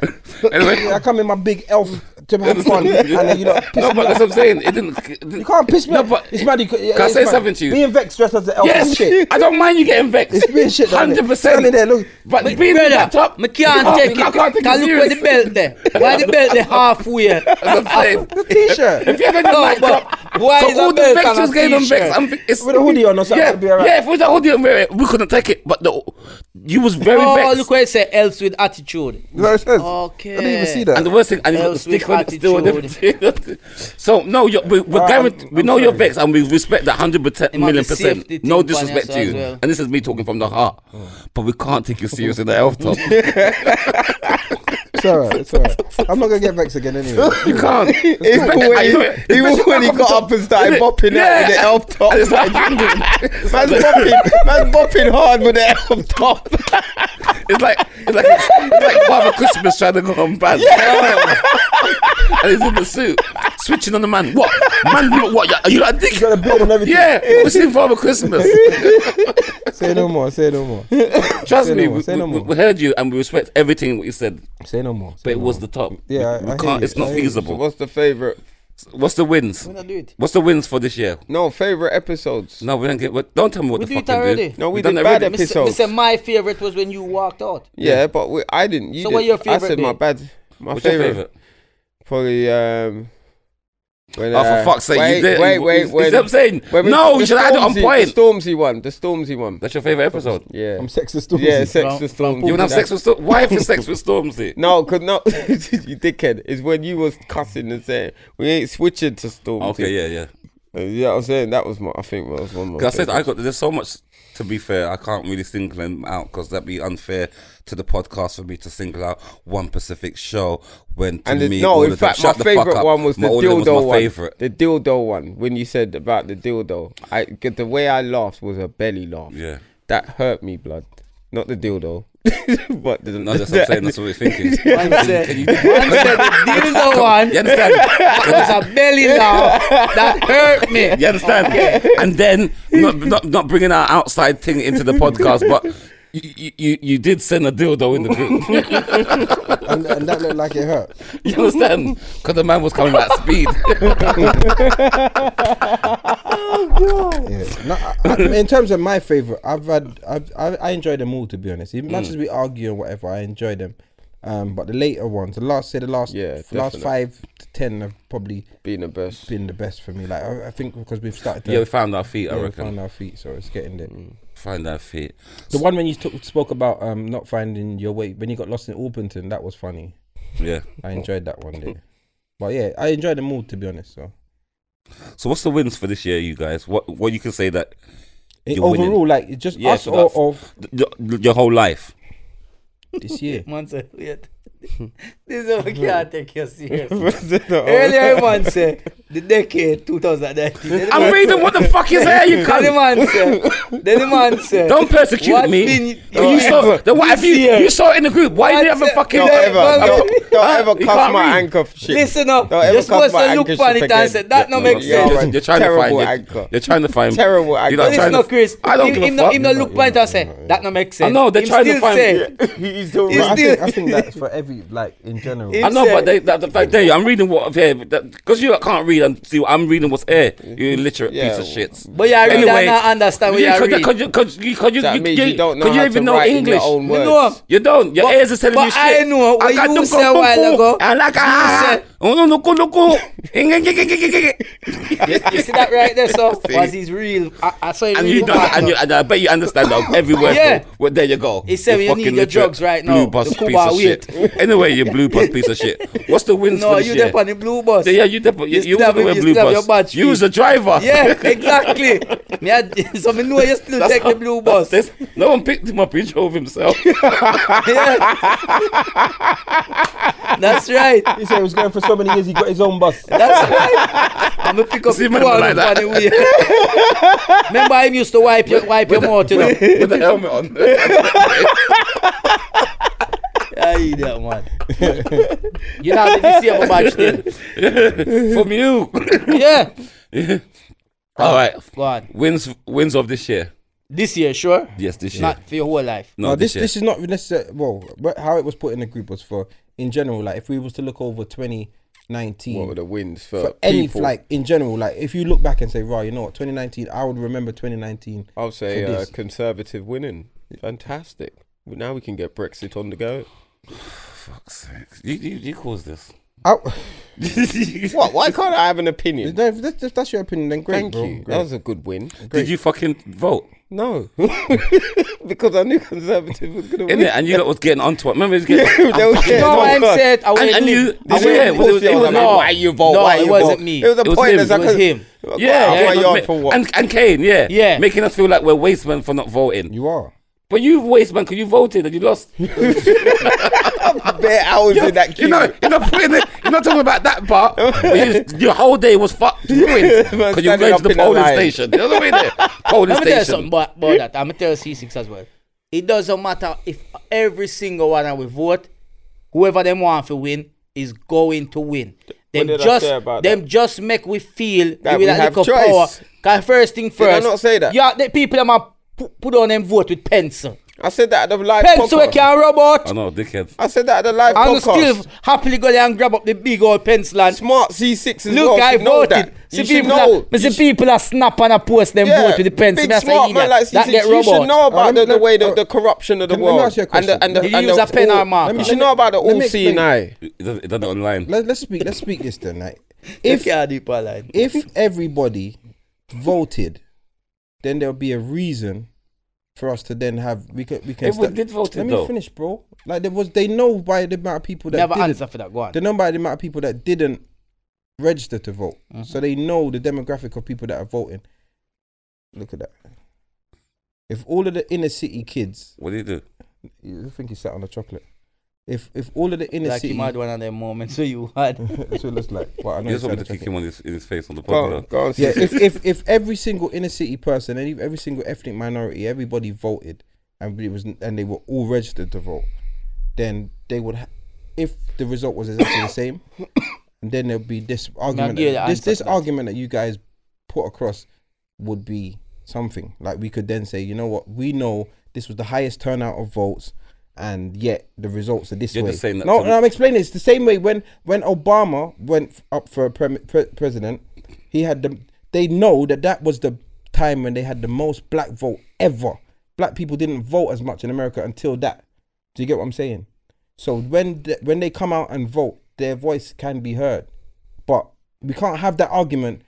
all right. Anyway. Yeah, I come in my big elf to have fun, and then you know, piss No, me but off. that's what I'm saying. It didn't. It didn't You can't piss me No, off. but- it's mad. You, can I say something to you? Being vexed dressed as an elf Yes, is shit. Oh, I don't mind you getting vexed. It's being shit, though, innit? Hundred percent. Standing there, look. But being Brother, that top, me can't I take it. can't- I can't take Cause it look where the serious. belt there. Why the belt there halfway? That's what I'm saying. The t-shirt If with you ever No, like but top, why so is a all the belt vexed on a was getting on t-shirt? vexed. I'm, it's, a hoodie on or something, yeah, it'd be alright. yeah. If it was a hoodie on, we we couldn't take it. But the, you was very Oh, vexed. look where it say else with attitude. You know what it says? Okay. I didn't even see and that. the worst thing, and you got the Else stick with on it still. and everything. so no, you're, we, we're Alright, I'm- guarantee, we I'm know you're sorry. vexed, and we respect that hundred percent, It might be million percent. safety No thing for disrespect to us you, as well. and this is me talking from the heart. Oh. But we can't take you serious in the health top. It's alright. It's alright. I'm not gonna get vexed again anyway. You can't. It's Even better- when I he- know it. It's even better when he back got up up and started Isn't it? bopping out with the elf top. It's like, Man's bopping, man's bopping hard with the elf top. it's like it's like it's like Father Christmas trying to go on band. Yeah. and he's in the suit, switching on the man. What? Man, what? what? Are you like dick? got a beard and everything. Yeah, we've seen Father Christmas. Say no more. Say no more. Trust Say no me, more, we, say no we- more. we heard you and we respect everything what you said, Say no more. but Say it no was more. the top. Yeah, we, I- we I hear can't. you, It's not I hear you. So feasible. what's the favorite? What's the wins? We're not do it. What's the wins for this year? No, favorite episodes. No, we don't get. what- Don't tell me what We the do fuck it already. did. No, we We've done did it bad already. episodes. Mr. Mr. My favorite was when you walked out. Yeah, but we, I didn't. You So did. what your I favourite said my bit? bad. My What's your favorite, favorite? probably. Um, when, uh, Oh, for fuck's sake, wait, you did. Wait, wait, you, wait. You see what I'm saying? no, you should add it on point. The Stormzy one. The Stormsy one. That's your favorite episode. Yeah. I'm sexist. too. Yeah, sex From- with from Stormzy. You would have sex with Storm. Why for sex with Stormzy? No, cause no, you dickhead. It's when you was cussing and saying we ain't switching to Stormzy. Okay, yeah, yeah. Uh, You know what I'm saying? That was my. I think that was one more. Because I said I got there's so much. To be fair, I can't really single them out because that'd be unfair to the podcast for me to single out one specific show. When to And the, me, no, all in of them- fact, my Shut the fuck favorite up. one was the all of them dildo my one. Favorite. The dildo one. When you said about the dildo, I 'cause the way I laughed was a belly laugh. Yeah. That hurt me, blood. Not the dildo, but the, No, that's what I'm saying. That's what we're thinking. Man said, man said the dildo one You understand? was a belly laugh that hurt me. You understand? And then not, not not bringing our outside thing into the podcast, but you you- you, you did send a dildo in the group. and, and that looked like it hurt. you understand? Because the man was coming at speed. Yeah. No, I, I, in terms of my favorite, I've had I've, I, I enjoy them all to be honest. As Mm. much as we argue and whatever, I enjoy them. Um, but the later ones, the last say the last Yeah, last definitely. five to ten have probably being the best. been the best for me. Like I, I think because we've started to yeah, we found our feet. I yeah, we reckon. Mm. find our feet, so it's getting there. Find our feet. The one when you took spoke about um not finding your way when you got lost in Orpington, that was funny. Yeah. I enjoyed that one there. But yeah, I enjoyed them all to be honest. So So what's the wins for this year, you guys? What what you can say that It- You're winning. overall, like it just Yeah, us so or that's- of your, your whole life? this year. Man said, wait. This is okay, I take you serious. Earlier Earlier, man said, the decade 2019. Then the I'm man- reading what the fuck is there, you Then the cunt. man said, then the man said, Don't persecute What's me. been- Can you saw, Whatever. then what have you, you saw it in the group. Why did you have a What's- fucking Don't Yeah, ever, man, don't, you- don't Ah, ever You cuss can't my read. anchor shit. listen up. Don't ever You're cuss supposed my to look anchor upon shit it and again. say, that no Yeah, makes yeah, sense. right. You're trying to Terrible find anchor. it. You're trying to find Terrible anchor. You're not But But trying it's to. not Chris. I don't him, give a him fuck. Not, him not look point and say that no make sense. know, they're him trying to still find- Say, He's doing It's But I right. think, still- I think that's for every like in general. It- I know, said- but they, that, the fact there, I'm reading what here because you lot can't read and see. what I'm reading what's here. You illiterate Mm-hmm. Yeah. piece of shit. But yeah, I read and I understand what yeah, you read. Because you, cause you, cause you, That you, means you, you don't know cause you how even to know write in English. your own You words. know, You don't. Your But- ears is telling but you shit. I know what got you to said a go while poo-poo. ago. I like ah. said- Oh no, no, no, no, you, you see that right there? So was his real? I, I saw him. And real you don't. back And, you, up. and I bet you understand that every word. Yeah. Yeah. Well, there you go. He You said you need fucking your literate drugs right now, Blue bus the piece Cuba of shit. anyway, you blue bus piece of shit. What's the wins no, for this you year? dip on the blue bus. yeah, you dep- you, you, still was have- the way you blue still have your badge bus. You fee. was the driver. Yeah, exactly. Me had- so me know you still take the how- blue bus. that's- no one picked him up. He drove himself. Yeah. That's right. He said he was going for so many years. He got his own bus. That's right. I'm gonna pick up See, two man, out like of that. funny way. Remember him used to wipe your wipe your mouth, you know. with the helmet on. I eat that man. you know how to see him a badge then. From you. Yeah. All right. Go on. Wins wins of this year. This year, sure. Yes, this year. Not for your whole life. no, No, this this is not necessarily well. but How it was put in the group was for in general. Like if we was to look over twenty What were nineteen the wins for, for any people? like in general, like if you look back and say, right, you know what, twenty nineteen, I would remember twenty nineteen. I'll say for uh, this? conservative winning. Fantastic. Well, Now we can get Brexit on the go. Fuck's sake. You, you, you caused this. What? Why can't I have an opinion? That's, that's, that's your opinion. Then great, Thank bro, you. great. That was a good win. Did you fucking vote? No, because I knew conservative was gonna In win. it, and you lot was getting onto it. Remember, it was getting. They was getting No, on I'm God. said I and, will and you, oh, leave. This yeah, is yeah, it was, it was, pussy it on was, the man, no. why you vote? No, why it you wasn't vote? me. It was a It was point. him. as It I was could- him. Well, Yeah, I'm yeah, on not your me- for what? and and Kane, yeah, Yeah. making us feel like we're wastemen for not voting. You are. But you wastemen because you voted and you lost. Bare hours in that queue. You know, you're not putting it, you're not talking about that part. but you, your whole day was fucked ruined Man, because you standing went up to the in a polling line. station. You know what I mean? There, polling Let me tell you something station. about, about that. I'm gonna tell C6 as well. It doesn't matter if every single one of we vote, whoever them want to win is going to win. Them did I just, say about them just make we feel That we we that have little choice. power. Cause first thing I first, not say that? Yeah, the people them a pu- put on them vote with pencil. I said that at the live Pencil we podcast. can rub out. I know, dickhead. I said that at the live And podcast. still happily go there and grab up the big old pencil and Smart C6 as well. Look, I should know voted. that. See You should people, know. are, me see people are snap and a post them Yeah, vote with the pencil. Big Me a say, smart man idiot, like C6. that get you should robot. know about Uh, let the, me- the way the, uh, the corruption of the can- let me world. ask you a and the, and the, Did and you use the, a pen or all- a marker? You should know about the Let me all explain. seeing eye. It does it does it online. Let, let's speak. Let's speak this then. Like, If if you are deep line. if everybody voted, then there'll be a reason for us to then have we can we can. Everyone sta- did vote Let it, me though. finish, bro. Like there was, they know by the amount of people that Never didn't, answer for that. Go on. the number the amount of people that didn't register to vote, Mm-hmm. so they know the demographic of people that are voting. Look at that. If all of the inner city kids, What do you do? you think you sat on a chocolate. If if all of the inner Like city, him had one of them moments where you had. that's what it looks like. Well, I know You you just sat on want me a to kick chocolate. him on his, in his face on the Go on, podcast. go on. Yeah, C6. if, if if every single inner city person and ev- every single ethnic minority, everybody voted, and it was and they were all registered to vote, then they would, ha- if the result was exactly the same, and then there'd be this argument. give you that- the this answer this to that. argument that you guys put across would be something like we could then say, you know what, we know this was the highest turnout of votes. And yet the results are this You're way. just saying that no, to- no, I'm explaining. It's the same way when when Obama went f- up for pre- pre- president, he had the. They know that that was the time when they had the most black vote ever. Black people didn't vote as much in America until that. Do you get what I'm saying? So when th- when they come out and vote, their voice can be heard, but we can't have that argument.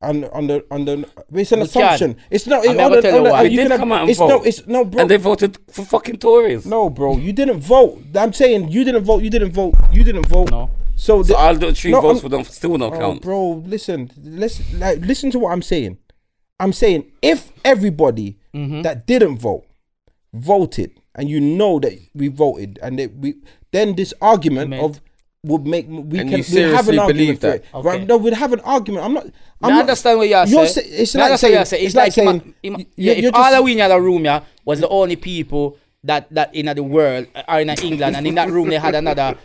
On on the on the it's an We assumption. can. It's not. I'm on not gonna the- tell you on the- why. oh, you They did can have- come out and it's no. vote. It's no, bro. And they voted for fucking Tories. No, bro, you didn't vote. I'm saying you didn't vote. You didn't vote. You didn't vote. No. So, So the- all the three No, votes um, I'm- would not, still not Oh, count. bro, listen, let's like listen to what I'm saying. I'm saying if everybody that didn't vote voted, and you know that we voted, and that we then this argument Meant. of would make we And can you we have seriously an believe argument for that? it. Right? Okay. No, we'd have an argument. I'm not. I'm I not- understand what you are you're saying. say- It's Me like understand what saying. you're saying. It's like ima- saying. ima- you- yeah, you're just- if all of we in the room, yeah, was the only people that that in the world uh, are in England, and in that room they had another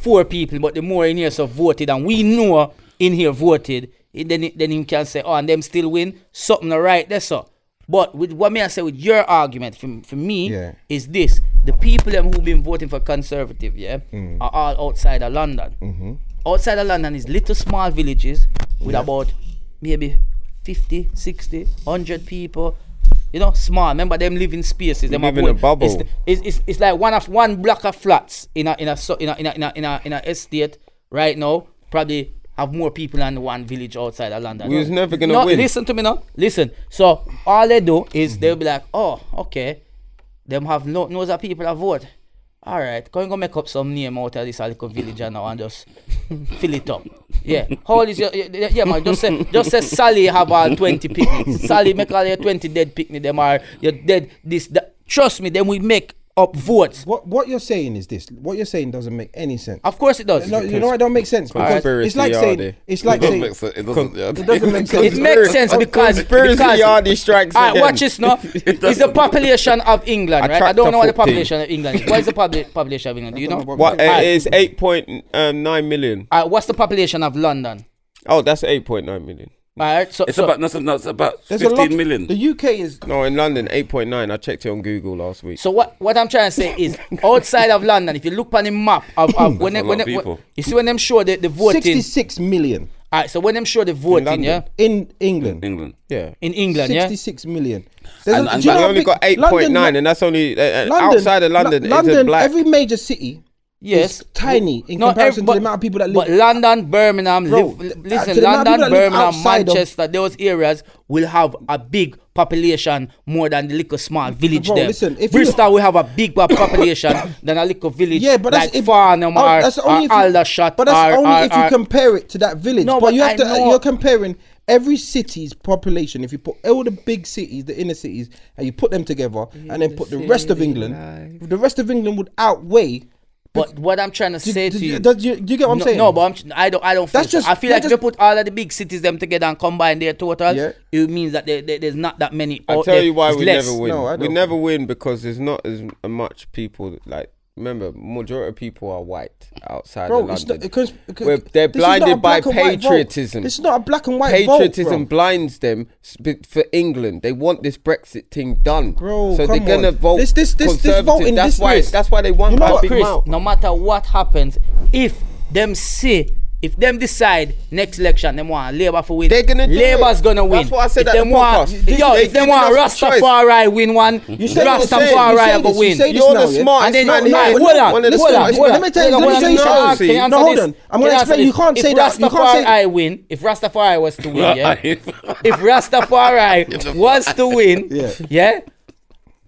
four people, but the more in here so voted, and we know in here voted, eh, then it- then you can say, oh, and them still win something not right. That's all. But with what may I say with your argument for, for me Yeah. is this: the people them who been voting for conservative, yeah, Mm. are all outside of London Mm-hmm. outside of London is little small villages with about maybe 50, 60, 100 people. You know, small. Remember them living spaces. Them live are in a put- bubble. It's, it's, it's, it's like one of one block of flats in a in a so- in a in a in a, in a, in a estate right now. Probably have more people than one village outside of London. We was never gonna No, win. Listen to me now. Listen. So all they do is they'll be like, oh, okay them have no knows that people that vote. All right, can you go make up some name out of this little village and now and just fill it up? Yeah, how old is your yeah, yeah man? Just say just say Sally have all twenty picnics. Sally make all your twenty dead picnic. Them are your dead this that. Trust me, then we make up votes. What what you're saying is this. What you're saying doesn't make any sense. Of course it does. No, you know what? It don't make sense. because Conspiracy, It's like are saying. they? It's like doesn't saying. make sense. It doesn't, yeah. It doesn't make sense. It makes sense Oh, because Conspiracy because Yardi strikes Alright, again. Ah, watch this now. It's the population of England, right? I Attractor don't know what the 14. population of England is. What is the public population of England? Do you know? what- What, uh, Alright. it's 8.9 million. Alright, what's the population of London? Oh, that's 8.9 million. Alright, so It's so- about no, it's- no, it's about There's a lot. fifteen million. The UK is No, in London, 8.9. I checked it on Google last week. So what, what I'm trying to say is outside of London, if you look on the map of, of when, they, a when, lot of they- people. you see when them show the, the voting. 66 million Alright, so when them show the voting, London. yeah, in England. England. yeah. in England, yeah. 66 million. And- and do you know we We how only big- got 8.9, London- and that's only uh, uh, London- outside of Lo- London. London, is a black. every major city. Yes, is tiny in No, comparison ev- to the amount of people that But live. London, Birmingham, Bro, live, th- to listen, the amount of people that London, live Birmingham, outside of- Manchester, those areas will have a big population more than the little small village Bro, there. listen, if you- Bristol will have a big pop- population than a little village yeah, but that's like if, Farnham oh, or, that's or only if you- Aldershot. But that's or- only or- if you or- compare it to that village. uh, No, but, but you have I to. know- You're comparing every city's population. If you put all the big cities, the inner cities, and you put them together, and then put the rest of England, the rest of England would outweigh. But what I'm trying to Do, say do- to you, do- do you, do you get what I'm no, saying? no, but I'm, ch- I don't. I don't. Feel That's so. just- I feel that like if just- you put all of the big cities them together and combine their total, Yeah. it means that there, there- there's not that many. I out tell there. you why Oh, It's we less. never win. No, I we don't never win because there's not as m- much people like Remember, majority of people are white outside Bro, of it's London. not, because, because We're- they're this is not a blinded by black and white vote. patriotism. This is not a black and white vote, bro. Patriotism blinds them sp- for England. They want this Brexit thing done, Bro, so they're come gonna on. vote This- this- this- this conservative. voting, that's this why. list. That's why they want You know that what, big Chris? mouth. no matter what happens, if them see, if them decide next election them want Labour for win, They're gonna do Labour's it. gonna win. That's what I said if at the them want, podcast. They- yo, they if them giving want us a choice. Rastafari win one, You said you said- you Rastafari said go this, you win. said this You're now, the yeah? smartest And then, man no, here. right, One hold on, of the hold on, smartest hold man. on. Let me tell you- Hold on, let me tell you hold on. something. Can you answer No, hold this? on. I'm gonna explain. Can answer You this? can't If say that. You can't say- Rastafari win, if Rastafari was to win, yeah, Right. if Rastafari was to win, yeah. Yeah.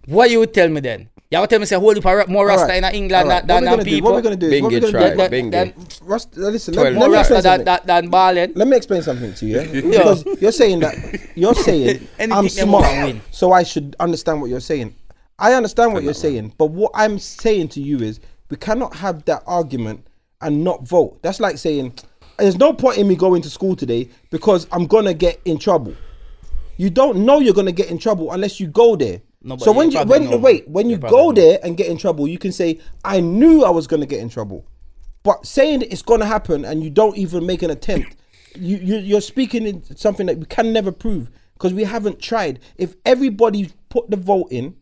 what you would tell me then? You would tell me say, hold up, a ra- more Rasta Alright, in England alright. than, what than we gonna do? people. What we're gonna do? Is, Bingy what we gonna tried. do? That- Bingy. that- Rust, listen. Toilet. Let, more let me Rasta explain than, something. than, than Balen. Let me explain something to you. Yeah? Because you're saying that you're saying I'm Anything them wanna smart, win. so I should understand what you're saying. I understand what you're saying, but what I'm saying to you is we cannot have that argument and not vote. That's like saying there's no point in me going to school today because I'm gonna get in trouble. You don't know you're gonna get in trouble unless you go there. No, but so you when you probably when know. wait when you You probably go know. there and get in trouble, you can say I knew I was gonna get in trouble. But saying that it's gonna happen and you don't even make an attempt, you, you you're speaking in something that we can never prove because we haven't tried. If everybody put the vote in,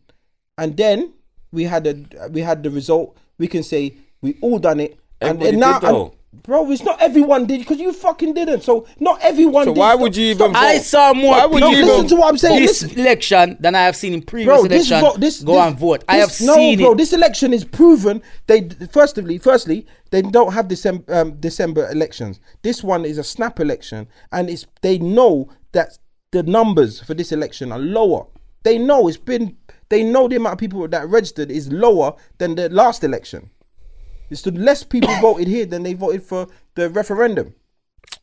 and then we had a we had the result, we can say we all done it. And, Everybody and now, did and- though. bro, it's not everyone did because you fucking didn't. So not everyone. So did. why Stop- would you stop- even I vote? saw more Why would people No, you listen to what I'm saying. this Listen- election than I have seen in previous bro, this election. vote, this go this- and vote. I have this- no, seen bro, it. this election is proven. They firstly, firstly, they don't have December um, December elections. This one is a snap election, and it's they know that the numbers for this election are lower. They know it's been. They know the amount of people that registered is lower than the last election. It's the less people voted here than they voted for the referendum.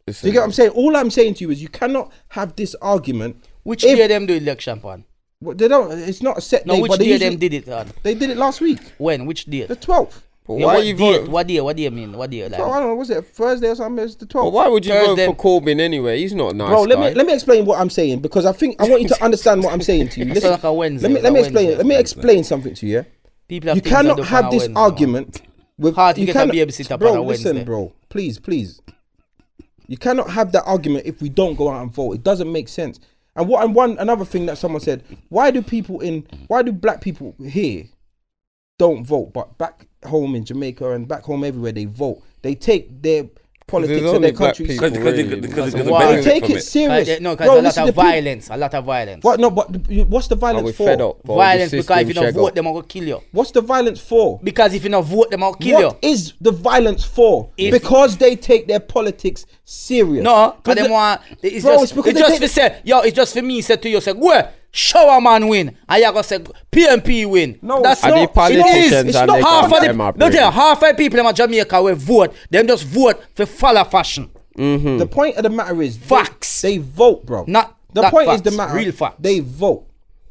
Do you get what I'm saying? All I'm saying to you is you cannot have this argument. which if- year them do election pan? Well, They don't. It's not a set No, date. which but they year usually- them did it on? they did it last week, When? Which day? the 12th. But Yeah, why what you date? vote? What day? What day you mean? What day? Like, Oh, I don't know, was it Thursday or something? It's the 12th. But why would you vote Thursday- for Corbyn anyway? He's not a nice. Bro, let me guy. let me explain what I'm saying because I think I want you to understand what I'm saying to you. It's like a Wednesday, Let me it's let a me explain. Wednesday. Let me explain something to you. yeah? people have You things to cannot do on a have this Wednesday, man. argument with Hard to you get a cannot- babysitter Bro, on a Wednesday. listen, bro. Please, please. You cannot have that argument if we don't go out and vote. It doesn't make sense. And what and one another thing that someone said: Why do people in why do black people here don't vote, but back home in Jamaica and back home everywhere they vote. They take their politics and only their black country. people. Because because Really? because- because That's it's gonna why- They benefit take from it, it. serious. Uh, no, Bro, because a lot listen of to people- violence. A lot of violence. What? No, but the- you- what's the Are violence we for? fed up? Or Violence the because if system you don't shag vote, up? them are gonna kill you. What's the violence for? Because if you don't vote, them are gonna kill What you. is the violence for? If- because they take their politics serious. No, But because them the- want. It's Bro, just, it's because it's they just take- for say, yo, it's just for me. Say to you, say, go show a man win, and you go say PMP win. No, that's it's not. not- it politicians is. It's and not they half come of them the. up Don't really. tell you, half of people in Jamaica will vote. Them just vote for follow fashion. The Mhm. point of the matter is they- Facts. They, vote, bro. Not- the not point facts, is the matter. real facts. They vote.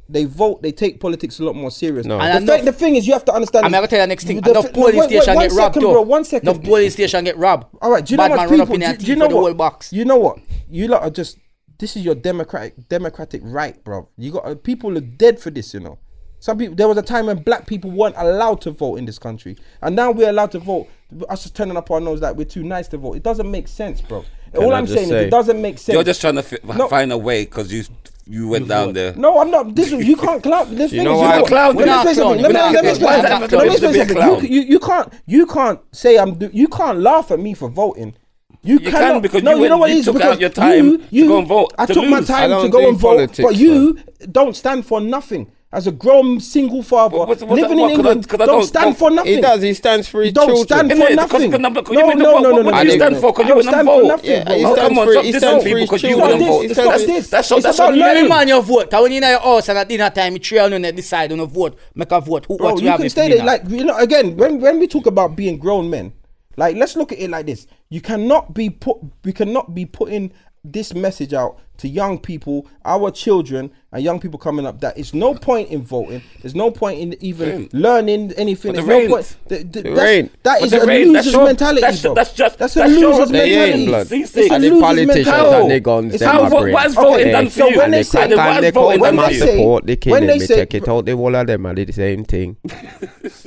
They vote. They take politics a lot more serious. No. And The, I thi- know- the thing is, you have to understand. I'm is- gonna tell you the next thing. the Enough thi- no, police wait, wait, station one get robbed second, too. bro, one second. Enough police station get robbed. All right, do you know Bad how much man run people? Up in Do, their do teeth you for know the what? whole box. You know what? You lot are just. This is your democratic democratic right, bro. You got uh, people are dead for this, you know. Some people. There was a time when black people weren't allowed to vote in this country, and now we're allowed to vote. Us just turning up our nose like we're too nice to vote. It doesn't make sense, bro. All I I'm just saying is say- it doesn't make sense. You're just trying to fi- find a way because you you went down there. No, I'm not. This is, you can't clown. This thing know is, why? you Clown, can't. Let me you're explain something. not clowning. Let me- let me explain something. You're not clowning. Let me explain You're not something. clowning. You, you, you can't. You can't say I'm. do- You can't laugh at me for voting. You, can cannot- because no, you you, know went- what you it is took because out your time you, to you, go and vote, I to took my lose. time I to don't go do and vote, politics, but you don't stand for nothing as a grown single father What- what- what- living what- in 'cause I- England. 'cause I don't don't- stand don't- for nothing. He does. He stands for his You don't children. stand Isn't for it? nothing. Because- because- No, you mean, no, what- no, what no, do no, you no, stand no. for? 'Cause I you don't wouldn't stand for vote. nothing, Yeah, bro. he No, stands come on, for stop he this stands now, for his people, 'cause you children. wouldn't vote. He It's stands not for- this. this. That's your- It's that's your about learning. learning. Every man you vote. And when you know your house and at dinner time, you three on decide on a vote, make a vote. Who Bro, what you have can it for stay there. dinner. Like you know, again, when when we talk about being grown men, like let's look at it like this: you cannot be put, we cannot be putting this message out to young people, our children, and young people coming up that it's no point in voting. There's no point in even learning anything. There's But the no rain. point. th- th- that's- rain. That But is the a rain, that's loser's your- mentality. that's- bro. that's just- that's a that's your- loser's They They mentality. ain't blood. It's a And the loser's politicians mentality. and they guns, It's them how- my what- brain. what has voting Okay, so done for you? when they And say- what Can has they call voting when them done a for they you? say- support? They when kill they them, they say- check it out. They all of them are the same thing.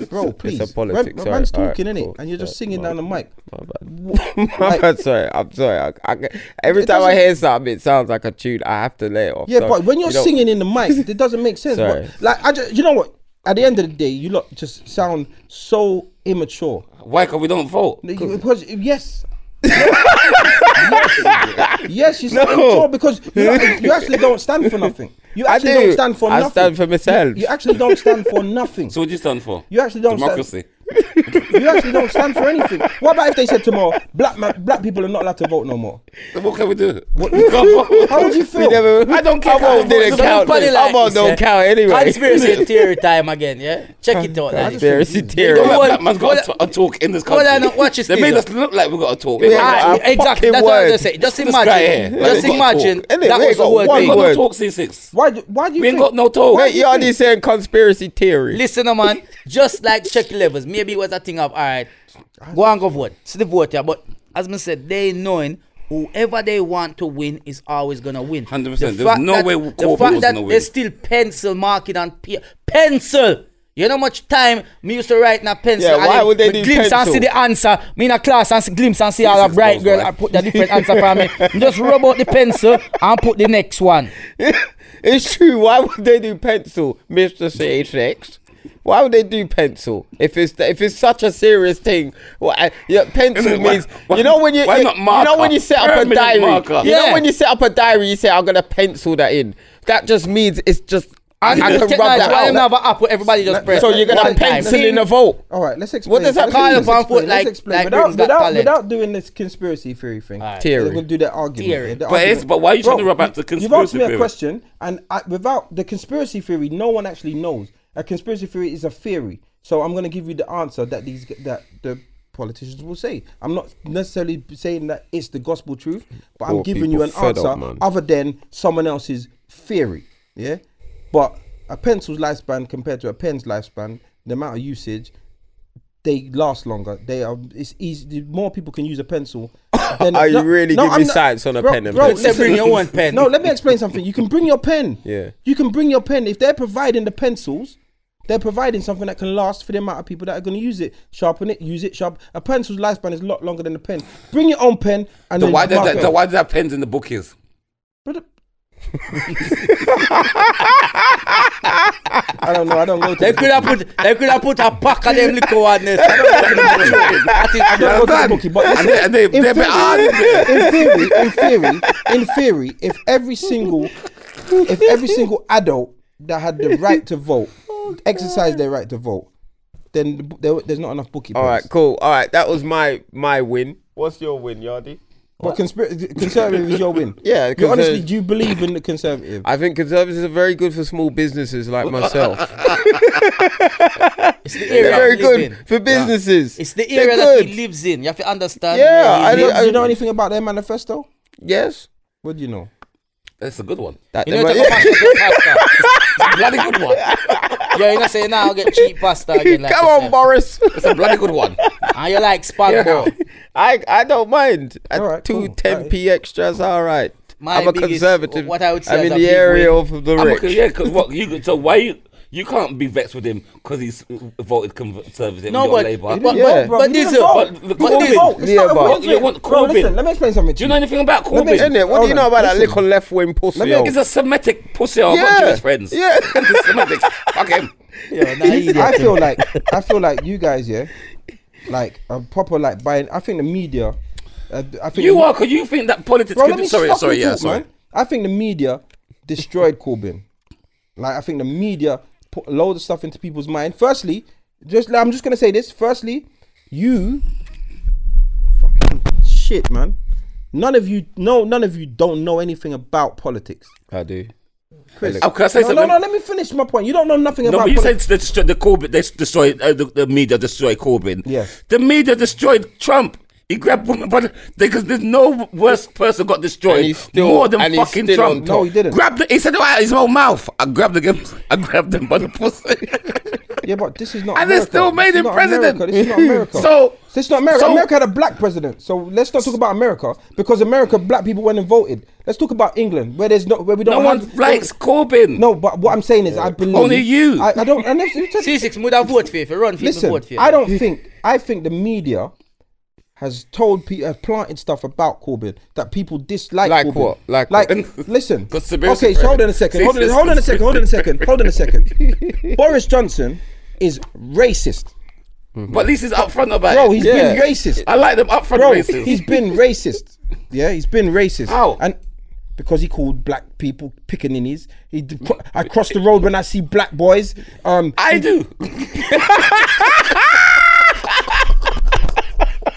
bro. Please, a politics, Man- sorry. man's All right, talking in cool. it, and you're just Sorry, singing my down the mic. My Like- bad, sorry, I'm sorry. I, I, ca- every It time I doesn't- hear something, it sounds like a tune. I have to lay it off. Yeah, So, but when you're you know, singing in the mic, it doesn't make sense. Sorry. But, like, I just, you know what? At the end of the day, you lot just sound so immature. Why? Because we don't vote. Because yes. yes, yes, you sound immature because you, you actually don't stand for nothing. You I actually do. don't stand for I nothing. stand for myself. You, you actually don't stand for nothing. So what do you stand for? you actually don't Democracy. Stand, you actually don't stand for anything. What about if they said tomorrow, black ma black people are not allowed to vote no more? Then what can we do? We can't How vote. would you we feel? never, I don't care. I'm on about didn't voting. count. Nobody I'm like on this, don't eh? count anyway. Conspiracy theory time again, yeah? Check it out. like. Conspiracy theory. Don't Well, let Black man's got well, a, a talk in this well, country. I don't watch this They made either. us look like we got a talk. Yeah, Ah, a exactly. fucking That's what I was word. gonna say. Just This guy imagine. here, like, Just we got imagine. talk. That Innit? We was the got word one we ain't thing. got word. no talk, C6. Why? do- Why do you? We ain't think- got no talk. Mate, you're only saying conspiracy theory. Listen, uh, man. Just like check levels. Maybe it was a thing of all right. Go and go vote. See the vote, yeah. But as me said, they knowing whoever they want to win is always gonna win. 100%. The There's fact no that- way The Corbyn fact was that gonna they win. still pencil marking on pe- pencil. You know how much time me used to write in a pencil. Yeah, and why then would they me do glimpse and pencil? see the answer. Me in a class and see, glimpse and see all a bright goals, girl man. and put the different answer for me. You Just rub out the pencil and put the next one. it's true. Why would they do pencil, Mister CHX? Why would they do pencil if it's if it's such a serious thing? Why, yeah, pencil Why- means why- you know when you why you, not you know when marker? you set up a Permanent diary. marker. You know Yeah. when you set up a diary, you say I'm gonna pencil that in. That just means it's just I, I And can the rub technology, that why them out. have an app where everybody just press So you're gonna one time? pencil in a vote. All right, let's explain. does that Let's call explain, upon let's for, explain, let's like- explain. like without, Britain's Got without, Talent? without doing this conspiracy theory thing. Theory. We're gonna do that argument. Theory. yeah, the But it's- argument. but why are you trying to Bro, rub out the You've asked conspiracy me a theory? question, and I, without the conspiracy theory, no one actually knows. A conspiracy theory is a theory. So I'm gonna give you the answer that these that the politicians will say. I'm not necessarily saying that it's the gospel truth, but I'm Poor giving you an people fed answer up, man. other than someone else's theory. Yeah, but a pencil's lifespan compared to a pen's lifespan, the amount of usage, they last longer. They are. It's easy. More people can use a pencil. Than, Are you really giving science on a pen and pencil? listen. Bring your own pen. No, let me explain something. You can bring your pen. Yeah. You can bring your pen if they're providing the pencils. They're providing something that can last for the amount of people that are going to use it. Sharpen it, use it, sharp. A pencil's lifespan is a lot longer than a pen. Bring your own pen and So then why did mark that? it. so Why did that pens in the book is? Brother- I don't know. I don't go to. They could have put they could have put a pack of them liquor on this. I think- I I don't- don't go to the bookie, but And they- and they- in they're theory- in theory, in theory, in theory, if every single, if every single adult that had the right to vote exercised their right to vote, then the bo- there, there's not enough bookie. All right, cool. All right, that was my my win. What's your win, Yardi? but conspira- conservative is your win. Yeah, you honestly conserv- do you believe in the conservative? I think conservatives are very good for small businesses like myself. It's the They're area very we live good in. for businesses. It's the They're area that he good. lives in. You have to understand. Yeah, where I he do, lives. you, don't- do you know anything about their manifesto? Yes. What do you know? That's a good one. That You they know, might- take a pack of your pasta. It's a bloody good one. Yeah, you know, say now I'll get cheap pasta again. Like Come this, on, yeah. Boris. It's a bloody good one. And you like SpongeBob. I I don't mind. At All right, two cool. 10p extras, all right. Uh, My I'm a biggest- conservative. what I would say I'm as in a the big area of the I'm rich. okay, yeah, because what you so why you you can't be vexed with him because he's voted conservative. No, No, but- Labour. but- Yeah. bro, but you didn't this is- vote. but You look, didn't Corbyn. vote. It's not a Yeah, win but- for you. You want Bro, listen, Corbyn. let me explain something Do to you you. know anything about me- Corbyn? Isn't Innit? What do you Hold know on, about that listen. little left wing pussy? me- hole? He's a Semitic pussy. I've Yeah. got Jewish friends. Yeah. Anti-Semitic. Fuck him. Yeah, nah, idiot. I feel like I feel like you guys, yeah, like a proper like buying. I think the media. Uh, I think You the- are because you think that politics. Bro, could let be, me sorry, fucking sorry, yeah, talk, sorry. man. I think the media destroyed Corbyn. Like I think the media put a load of stuff into people's mind. Firstly, just I'm just gonna say this. Firstly, you fucking shit, man. None of you, no, none of you don't know anything about politics. I do. Chris, Oh, can I say no, no, something? no. Let me finish my point. You don't know nothing No, about. but you politics. said they destroyed the Corbyn. They destroyed uh, the, the media. Destroyed Corbyn. Yes. The media destroyed Trump. He grabbed women by the because there's no worse person got destroyed And he's still- more than and he's fucking still on Trump. top. No, he didn't. Grabbed the, he said it out of his own mouth. I grabbed again. I grabbed them by the pussy. Yeah, but this is not. And they America. still made This is him not president. America. This is not America. So- this is not America. so- America had a black president. So let's not talk about America because America, black people went and voted. Let's talk about England, where there's no, where we no don't. one have, likes Corbyn. No, but what I'm saying is, I believe Only you. I, I don't. And if, you just- C6 would have vote for you. If you run for you, listen, vote for you. I don't think. I think the media has told people, has planted stuff about Corbyn that people dislike. Like Corbyn. what? Like like. what? Listen. Conspiracy Okay, so hold on a theory. second. See, Hold on, this hold on a second. Hold on a second. Hold on a second. Boris Johnson is racist. but at least he's up front about Bro, it. he's Yeah. been racist. I like them up front Bro, races. he's been racist. Yeah, he's been racist. How? And because he called black people pickaninnies. He, d- cro- I cross the road when I see black boys. Um, I do.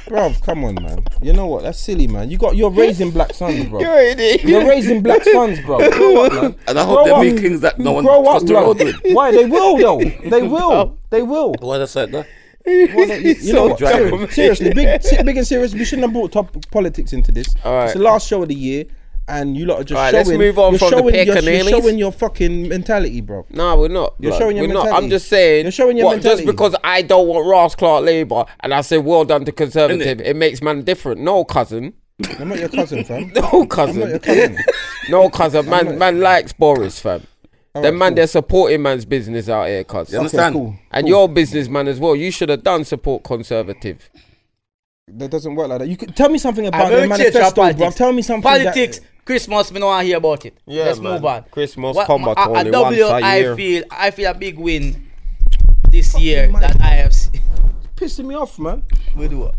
bro, come on, man. You know what? That's silly, man. You got you're raising black sons, bro. You're an idiot. You're raising black sons, bro. Grow up, man. And I Grow hope they're up. meetings that no one Grow up, crossed the bro. road with. Why they will though? They Oh. will. They will. What I said that? Well, you you know what? driving. Seriously, seriously, big, se- big and serious. We shouldn't have brought top politics into this. Alright. It's the last show of the year, and you lot are just Alright, showing. let's move on you're from the showing your, Pekaninis. You're showing your fucking mentality, bro. No, we're not. You're blood. showing your we're Not. mentality. I'm just saying. You're showing your what, mentality. Just because I don't want Ross Clark Labour and I say well done to Conservative, it? makes man different. No, cousin. I'm not your cousin, fam. No, I'm not your cousin. cousin. no, cousin. Man, not- man likes Boris, fam. the man, cool. they're supporting man's business out here, cousin. You Okay, understand? cool. And your businessman as well. You should have done support Conservative. That doesn't work like that. You could tell me something about I'm the gonna change our manifesto, bro. politics. Tell me something. that- Politics, Christmas, me no want hear about it. Yeah, Let's man. move on. Christmas What- come I- back I- only W, once a I year. feel, I feel a big win this year man. that I have. s- pissing me off, man. We do.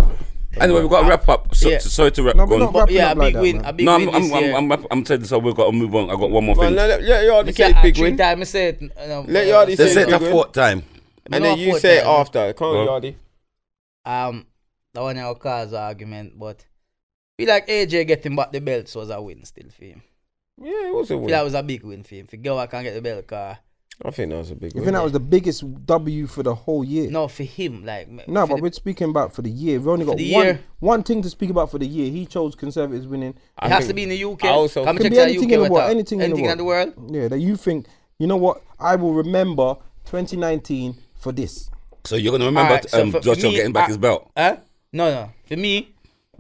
Anyway, we've got to wrap up. So, Yeah. Sorry to wrap No, no, we're on. not wrapping Yeah, a up like big that, win. man. A big No, win I'm, this I'm, year. I'm, I'm, wrap- I'm saying this, so we've got to move on. I've got one more Man, thing. let, let- let Yardi say I- big three win, Time I said, no, Let uh, Yardi They say said big that win. fourth time. and No, then you fourth say it time. after. Come on, Go on. Yardi. Um, that one will cause argument, but feel like AJ getting back the belts was a win still for him. Yeah, it was a Feel win. that was a big win for him. For go, I can get the belt car. I think that was a big I win. think that was the biggest W for the whole year. No, for him, like m- No, for but the- we're speaking about for the year. We've only got the one year. one thing to speak about for the year. He chose Conservatives winning. it has to be in the UK. I also- Come Can check be the anything UK in the what world, up. anything in the anything in the world. Yeah, that you think, you know what? I will remember 2019 for this. So you're going to remember Alright, so um, for- for Joshua me, getting back I- his belt. Huh? No, no. For me,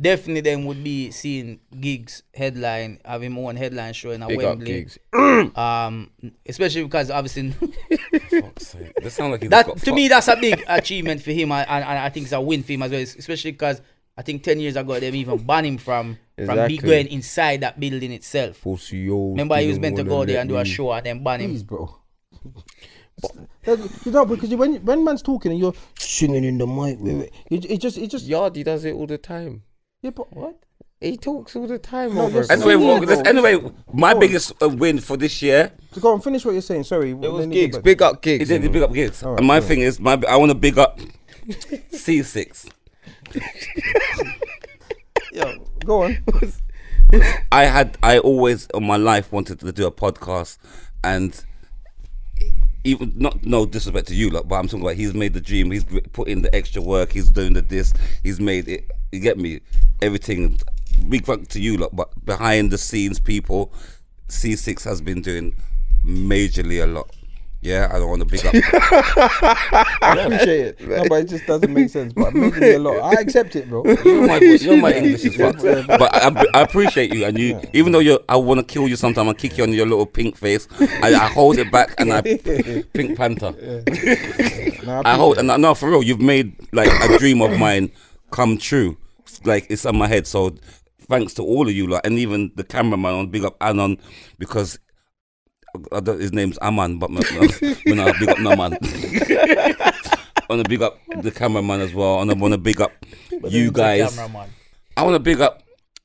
definitely then would be seeing gigs headline, having my own headline show in a Big up Wembley. gigs. Um, especially because obviously Fuck's sake. That sounds like he that just got to me fucked. that's a big achievement for him, and, and, and I think it's a win for him as well. Especially because I think ten years ago them even banned him from from Exactly. be going inside that building itself. E Remember, he was meant to go there and do a show and then ban him. Please, bro. That's- You know, because you- when when man's talking and you're singing in the mic with it, it, it just it just Yardi does it all the time. yeah, but what? He talks all the time No, over. yes, it. sir. Anyway, Yeah, well, let's- bro. anyway, my biggest uh, win for this year To go and finish what you're saying. Sorry, It was gigs. Big up He gigs. did the big up gigs. Alright, and my alright. thing is, my I want to big up C6. Go on. I had I always in my life wanted to do a podcast, and even not no disrespect to you, lot, but I'm talking about he's made the dream. He's put in the extra work. He's doing the this. He's made it. You get me? Everything. Big fuck to you, lot, but behind the scenes, people, C6 has been doing majorly a lot. Yeah, I don't want to big up. I appreciate it. No, but it just doesn't make sense. But maybe a lot. I accept it, bro. You're my, you're my English as fuck. But I, I- I appreciate you, and you, even though you, I want to kill you sometime, I kick you on your little pink face. I, I hold it back, and I pink panther. No, I hold, and I- no, for real, you've made like a dream of mine come true. Like it's on my head. So thanks to all of you, like, and even the cameraman on Big Up Anon because. I don't, his name's Aman, but no, no, no, big up Naman. on to big up the cameraman as well, and I want to big up you guys. Cameraman. I want to big up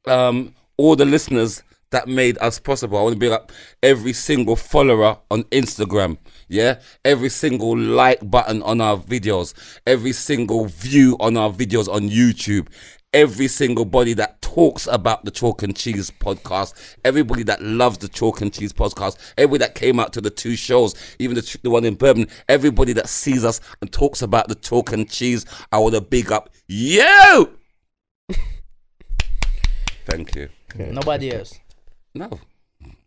um, all the listeners that made us possible. I want to big up every single follower on Instagram. Yeah, every single like button on our videos, every single view on our videos on YouTube, every single body that talks about the Chalk and Cheese podcast, everybody that loves the Chalk and Cheese podcast, everybody that came out to the two shows, even the, the one in Bourbon, everybody that sees us and talks about the Chalk and Cheese. I want to big up you. Thank you. Nobody else. No,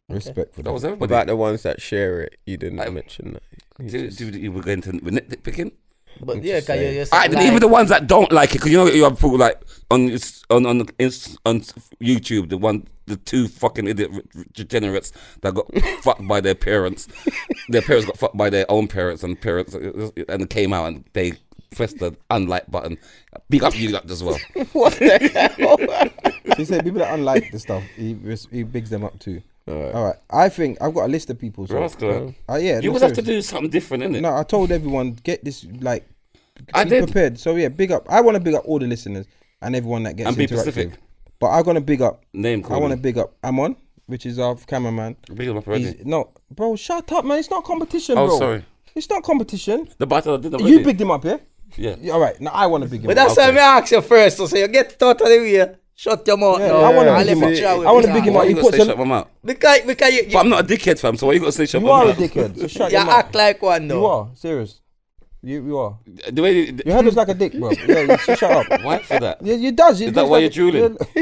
Respect for that that. was everybody. About the ones that share it, you didn't I- mention that. You Do, just- do, you were going to we're nitpicking? But yeah, cause you're, you're I, saying, like, even the ones that don't like it, because you know you have people like on this- on on Inst- on YouTube, the one the two fucking idiot re- degenerates that got fucked by their parents. Their parents got fucked by their own parents, and parents uh, and came out and they pressed the unlike button. Big up you lot as well. what the hell? he said people that unlike the stuff, he res- he bigs them up too. All right, I think I've got a list of people. So, Rascal. uh, yeah, You no, always have to seriously. do something different, innit? No, I told everyone get this like. I be did. prepared. So yeah, big up. I want to big up all the listeners and everyone that gets And be interactive. specific. But I'm gonna big up. Name I want to calling. big up Amon, which is our cameraman. Big him up already. He's, no, bro, shut up, man. It's not competition, Oh, bro. sorry. It's not competition. The battle I did already. You bigged him up, yeah? Yeah. Yeah, All right, now I want to big him But up. that's why I asked you first. So, so you get out of the way. Shut your mouth. Yeah, now. I wanna I'll big him let up. you out with I wanna this big him now. Why up. you He got to puts say a- shut my mouth? Because, because you, But you, I'm not a dickhead, fam. So why you got to say shut You my are a mouth? dickhead. So shut you your mouth. act like one You though. are serious. You you are. The way you, Your head is like a dick, bro. Yeah, you should shut up. why for that? Yeah, you does. You Is that why you're drooling?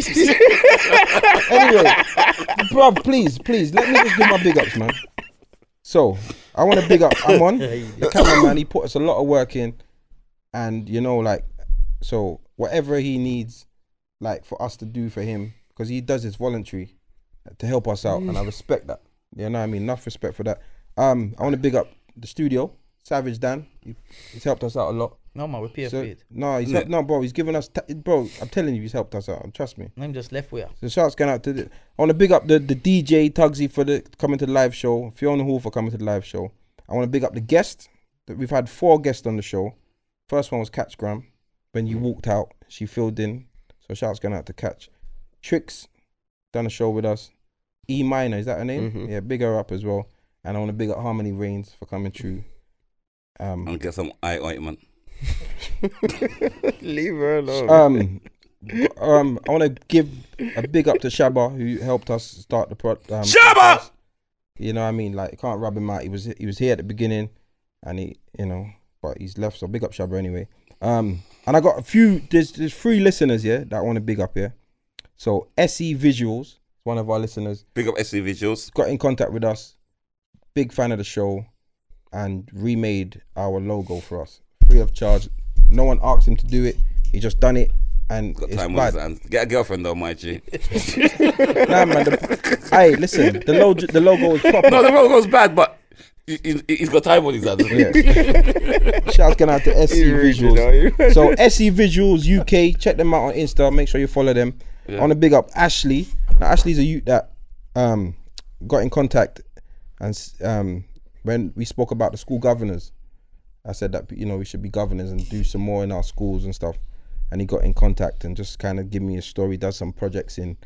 anyway, bro, please, please, let me just do my big ups, man. So, I want to big up Amon, the cameraman. He put us a lot of work in, and you know, like, so whatever he needs, like, for us to do for him, because he does his voluntary uh, to help us out, and I respect that. You know what I mean? Enough respect for that. Um, I want to big up the studio, Savage Dan. He, he's helped us out a lot. No man, we pay So- for it. no, he's helped, no, bro. He's given us, ta bro. I'm telling you, he's helped us out. Trust me. I'm just left with her. So shouts going out to the. I want to big up the, the DJ Tugsy for the coming to the live show. Fiona Hall for coming to the live show. I want to big up the guest. That we've had four guests on the show. First one was Catch Graham. When you walked out, she filled in. So shouts going out to Catch. Tricks done a show with us. E Minor is that her name? Mhm. Yeah, big her up as well. And I want to big up Harmony Reigns for coming through. Um, and get some eye ointment. Leave her alone. um, um, I want to give a big up to Shabba who helped us start the pro. Um, podcast. You know what I mean? Like, can't rub him out. He was he was here at the beginning, and he, you know, but he's left. So big up Shabba anyway. Um, and I got a few. There's there's three listeners here that I want to big up here. So Se Visuals, one of our listeners, Big up SC Visuals. got in contact with us. Big fan of the show, and remade our logo for us free of charge. No one asked him to do it. He just done it, and Got it's time on bad. his hands. Get a girlfriend though, my G. Nah, man. The, hey, listen. The logo, the logo is proper. no, the road goes bad, but he, he- he's got time on his hands. Shouts going out to SC You really Visuals. know. So SC Visuals UK, check them out on Insta. Make sure you follow them. I want to big up Ashley. Now Ashley's a youth that um got in contact, and s- um when we spoke about the school governors, I said that you know we should be governors and do some more in our schools and stuff. And he got in contact and just kind of give me a story. Does some projects in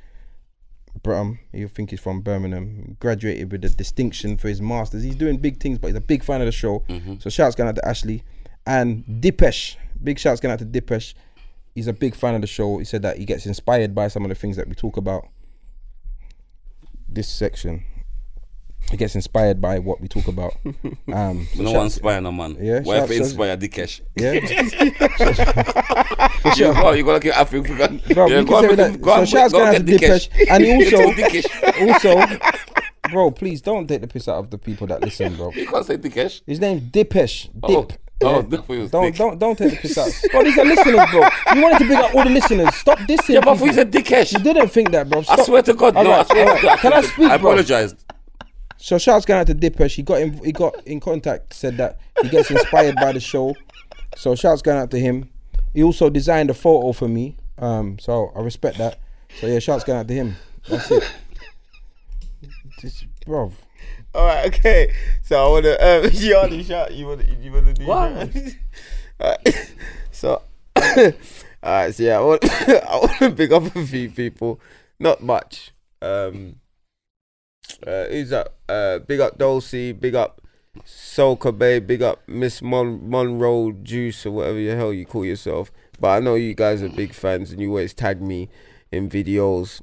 Brum. um, You think he's from Birmingham. Graduated with a distinction for his masters. He's doing big things, but he's a big fan of the show. Mm-hmm. So shouts going out to Ashley and Dipesh. Big shouts going out to Dipesh. He's a big fan of the show. He said that he gets inspired by some of the things that we talk about. This section, he gets inspired by what we talk about. Um, so No shout- one's spying no man. Yeah, Why shout- if inspire Dikesh? yeah. You go, you go like you're African. Bro, yeah, we go can and say that. make him- So go shouts and going out to make- go and Dipesh, get Dikesh. and he Get also, to Dikesh. also, bro, please don't take the piss out of the people that listen, bro. You can't say Dikesh. His name's Dipesh. Dip. Oh, oh, no, it was Don't Dick. don't don't take the piss out. Bro, these are listeners, bro. You wanted to big up all the listeners. Stop dissing. Yeah, but people. we said you Dikesh. didn't think that, bro. Stop. I swear to God, no. I Alright, swear alright. to God. Can I speak, I bro? apologized. So shouts going out to Dipesh. He got in, he got in contact. Said that he gets inspired by the show. So shouts going out to him. He also designed a photo for me. Um, so I respect that. So yeah, shouts going out to him. That's it. This, bro. All right, okay. So I wanna. Um, you already shot. You wanna. You wanna do. What? Alright, so. Alright, so yeah, I want, I want to pick up a few people. Not much. Um. Uh, who's up? Uh, big up Dulcie. Big up Soka Bay. Big up Miss Mon- Monroe Juice or whatever the hell you call yourself. But I know you guys are big fans, and you always tag me in videos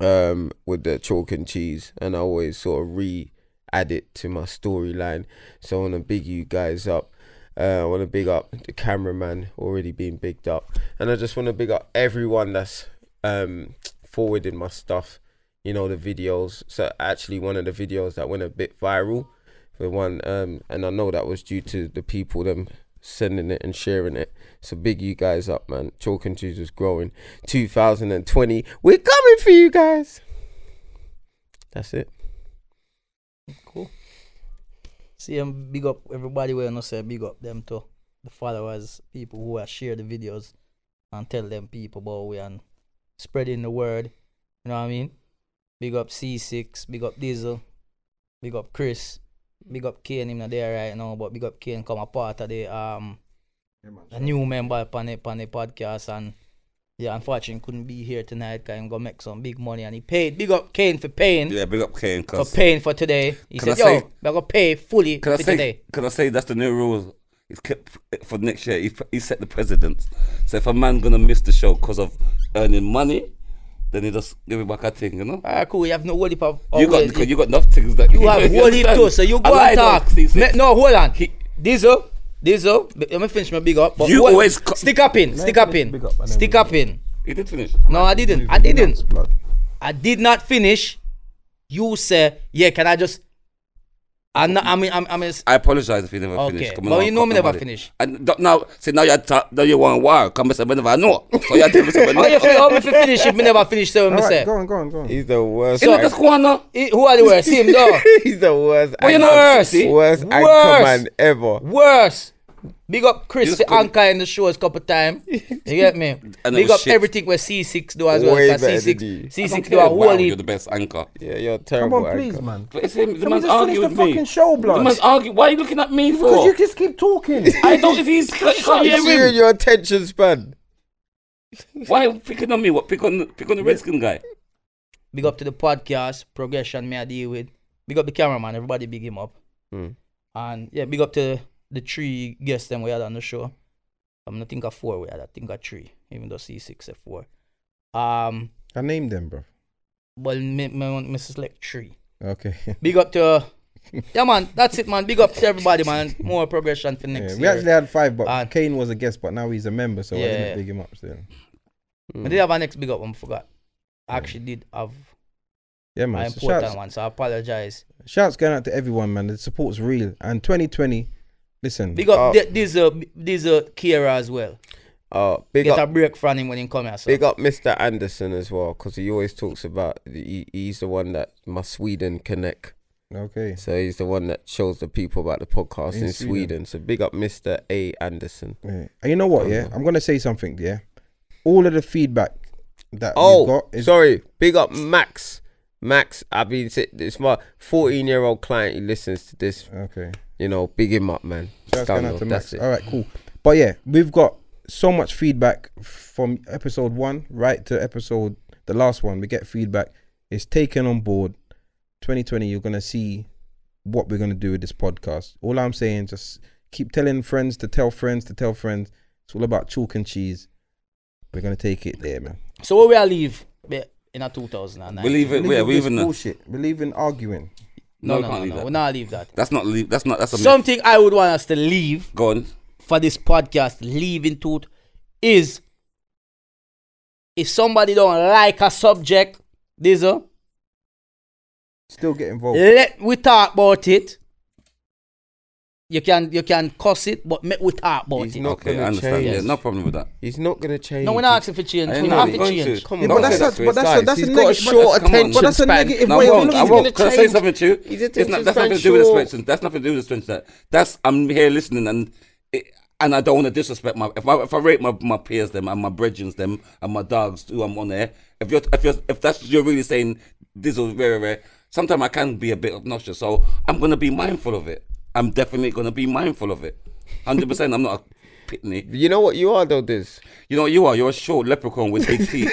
um, with the chalk and cheese, and I always sort of re-add it to my storyline. So I want to big you guys up. Uh, I want to big up the cameraman already being bigged up, and I just want to big up everyone that's um, forwarding my stuff, you know, the videos. So actually, one of the videos that went a bit viral, the one, um, and I know that was due to the people them sending it and sharing it. So big you guys up, man. Chalk and Cheese is growing. 2020, we're coming for you guys. That's it. See them big up everybody where not say big up them too. The followers, people who are share the videos and tell them people about we and spreading the word. You know what I mean? Big up C six, big up Diesel, big up Chris, big up Kane him not there right now, but big up Kane come a part of the um a new member upon the, upon the podcast and yeah, unfortunately couldn't be here tonight because I'm gonna make some big money and he paid. Big up Kane for paying Yeah, big up Kane. for Cause paying for today. He Can said, I say- "Yo, we're gonna pay fully Can I for say? today." Can I say that's the new rules? He's kept for next year. He, he set the precedent. So if a man gonna miss the show because of earning money, then he just give it back a thing, you know. Ah, cool. You have no whole heap of. You got because you got enough things that you have whole heap too. So you go I and don't talk. see six. Me- no, hold on. Diesel, Diesel. b- Let me finish my big up. But You hold- always co- stick up in, stick up in, big up and then stick we- up in. He did finish. No, I didn't. I didn't. I did not finish. You say, yeah. Can I just? I'm not. I mean, I'm. I'm. I apologize if you never Okay. finish. Well, on, you know me come never on. finish. And don't- now, see now you ta- now you want war. Come and say whenever I know. So you tell me something. How you feel? How me fi finish if me never finish? So me All right, say. go on, go on, go on. He's the worst. You know just go on now. Eh, Who are the worst? Him though. He's the worst. Well, you anchor- know worse. Worst anchor Worse. man ever. Worse. Big up Chris Just for couldn't- anchor in the shows couple time. You get me? And it Big was up shit. everything where C6 do as well. Way 'cause better C6, than you. C6 do a Wow, whole you're heap. the best anchor. Yeah, you're a Come terrible. on, please, anchor. man. But it's him. The Can we man's just finish arguing the with me. fucking show, The blood? man's arguing. Why are you looking at me Because for? you just keep talking. I don't. If he's can't It's you hear and him. your attention span. Why are you picking on me? What pick on pick on the redskin guy? Big up to the podcast, progression may I deal with. Big up the cameraman, everybody big him up. Hmm. Mm. And yeah, big up to the three guests them we had on the show. I'm not think of four we had, I think of three, even though C6 at four. Um I named them, bro. but me, me, me select three. Okay. Big up to Yeah man, that's it man. Big up to everybody man. More progression for next Yeah, year. we actually had five, but Uh, Kane was a guest, but now he's a member, so I Yeah. didn't big him up. Still. Mm. I did have an next big up one, forgot. I actually did have Yeah, an man. So important shouts, one, so I apologize. shouts going out to everyone, man. The support's real. And 2020, listen. Big up Oh. th- these uh these uh Kira as well. Oh, big Get up, a break from him when he come here. So. big up, Mr. Anderson as well, because he always talks about he, he's the one that my Sweden connect. Okay. So he's the one that shows the people about the podcast in, In Sweden. Sweden. So big up, Mr. A. Anderson. Yeah. And you know what? Oh. Yeah, I'm gonna say something. Yeah, all of the feedback that we've Oh, got is sorry, big up, Max. Max, I've been si- it's my 14 year old client. He listens to this. okay. You know, big him up, man. Shouts Done, going out though. to Max. That's it. All right, cool. But yeah, we've got so much feedback from episode one right to episode the last one. We get feedback. It's taken on board. 2020, you're gonna see what we're gonna do with this podcast. All I'm saying, just keep telling friends to tell friends to tell friends. It's all about chalk and cheese. We're gonna take it there, man. So where we are leave be- in a 2009. We leave it. Yeah, we this even. bullshit. We uh, leave in arguing. no, we no, can't no, leave no. that. We not leave that. That's not leave. That's not. That's a myth. Something I would want us to leave Go on. for this podcast, leaving tooth, is if somebody don't like a subject, this uh, Still get involved. let we talk about it. You can you can cuss it, but make we talk about He's it. not Okay, gonna I understand. change. Yeah, no problem with that. He's not gonna change. no, we're not asking for change. I We know don't have you're to going to. change. Come Yeah, on, but that's don't not- say but that to that's his not- that's eyes. a He's negative- got a but short that's- come on. attention But that's a span. negative No, way I of won't. looking I at won't. it. Can I say something to you? His It's not, attention that's nothing to span's do with short. suspension. That's nothing to do with suspension. That's I'm here listening and it, and I don't want to disrespect my if I if I rate my, my peers them and my brethrens them and my dogs who I'm on there. If you're if you're if that's you're really saying this is very rare. Sometimes I can be a bit obnoxious, so I'm gonna be mindful of it. I'm definitely gonna be mindful of it. Hundred percent. I'm not a pitney. You know what you are though, this. You know what you are. You're a short leprechaun with big teeth.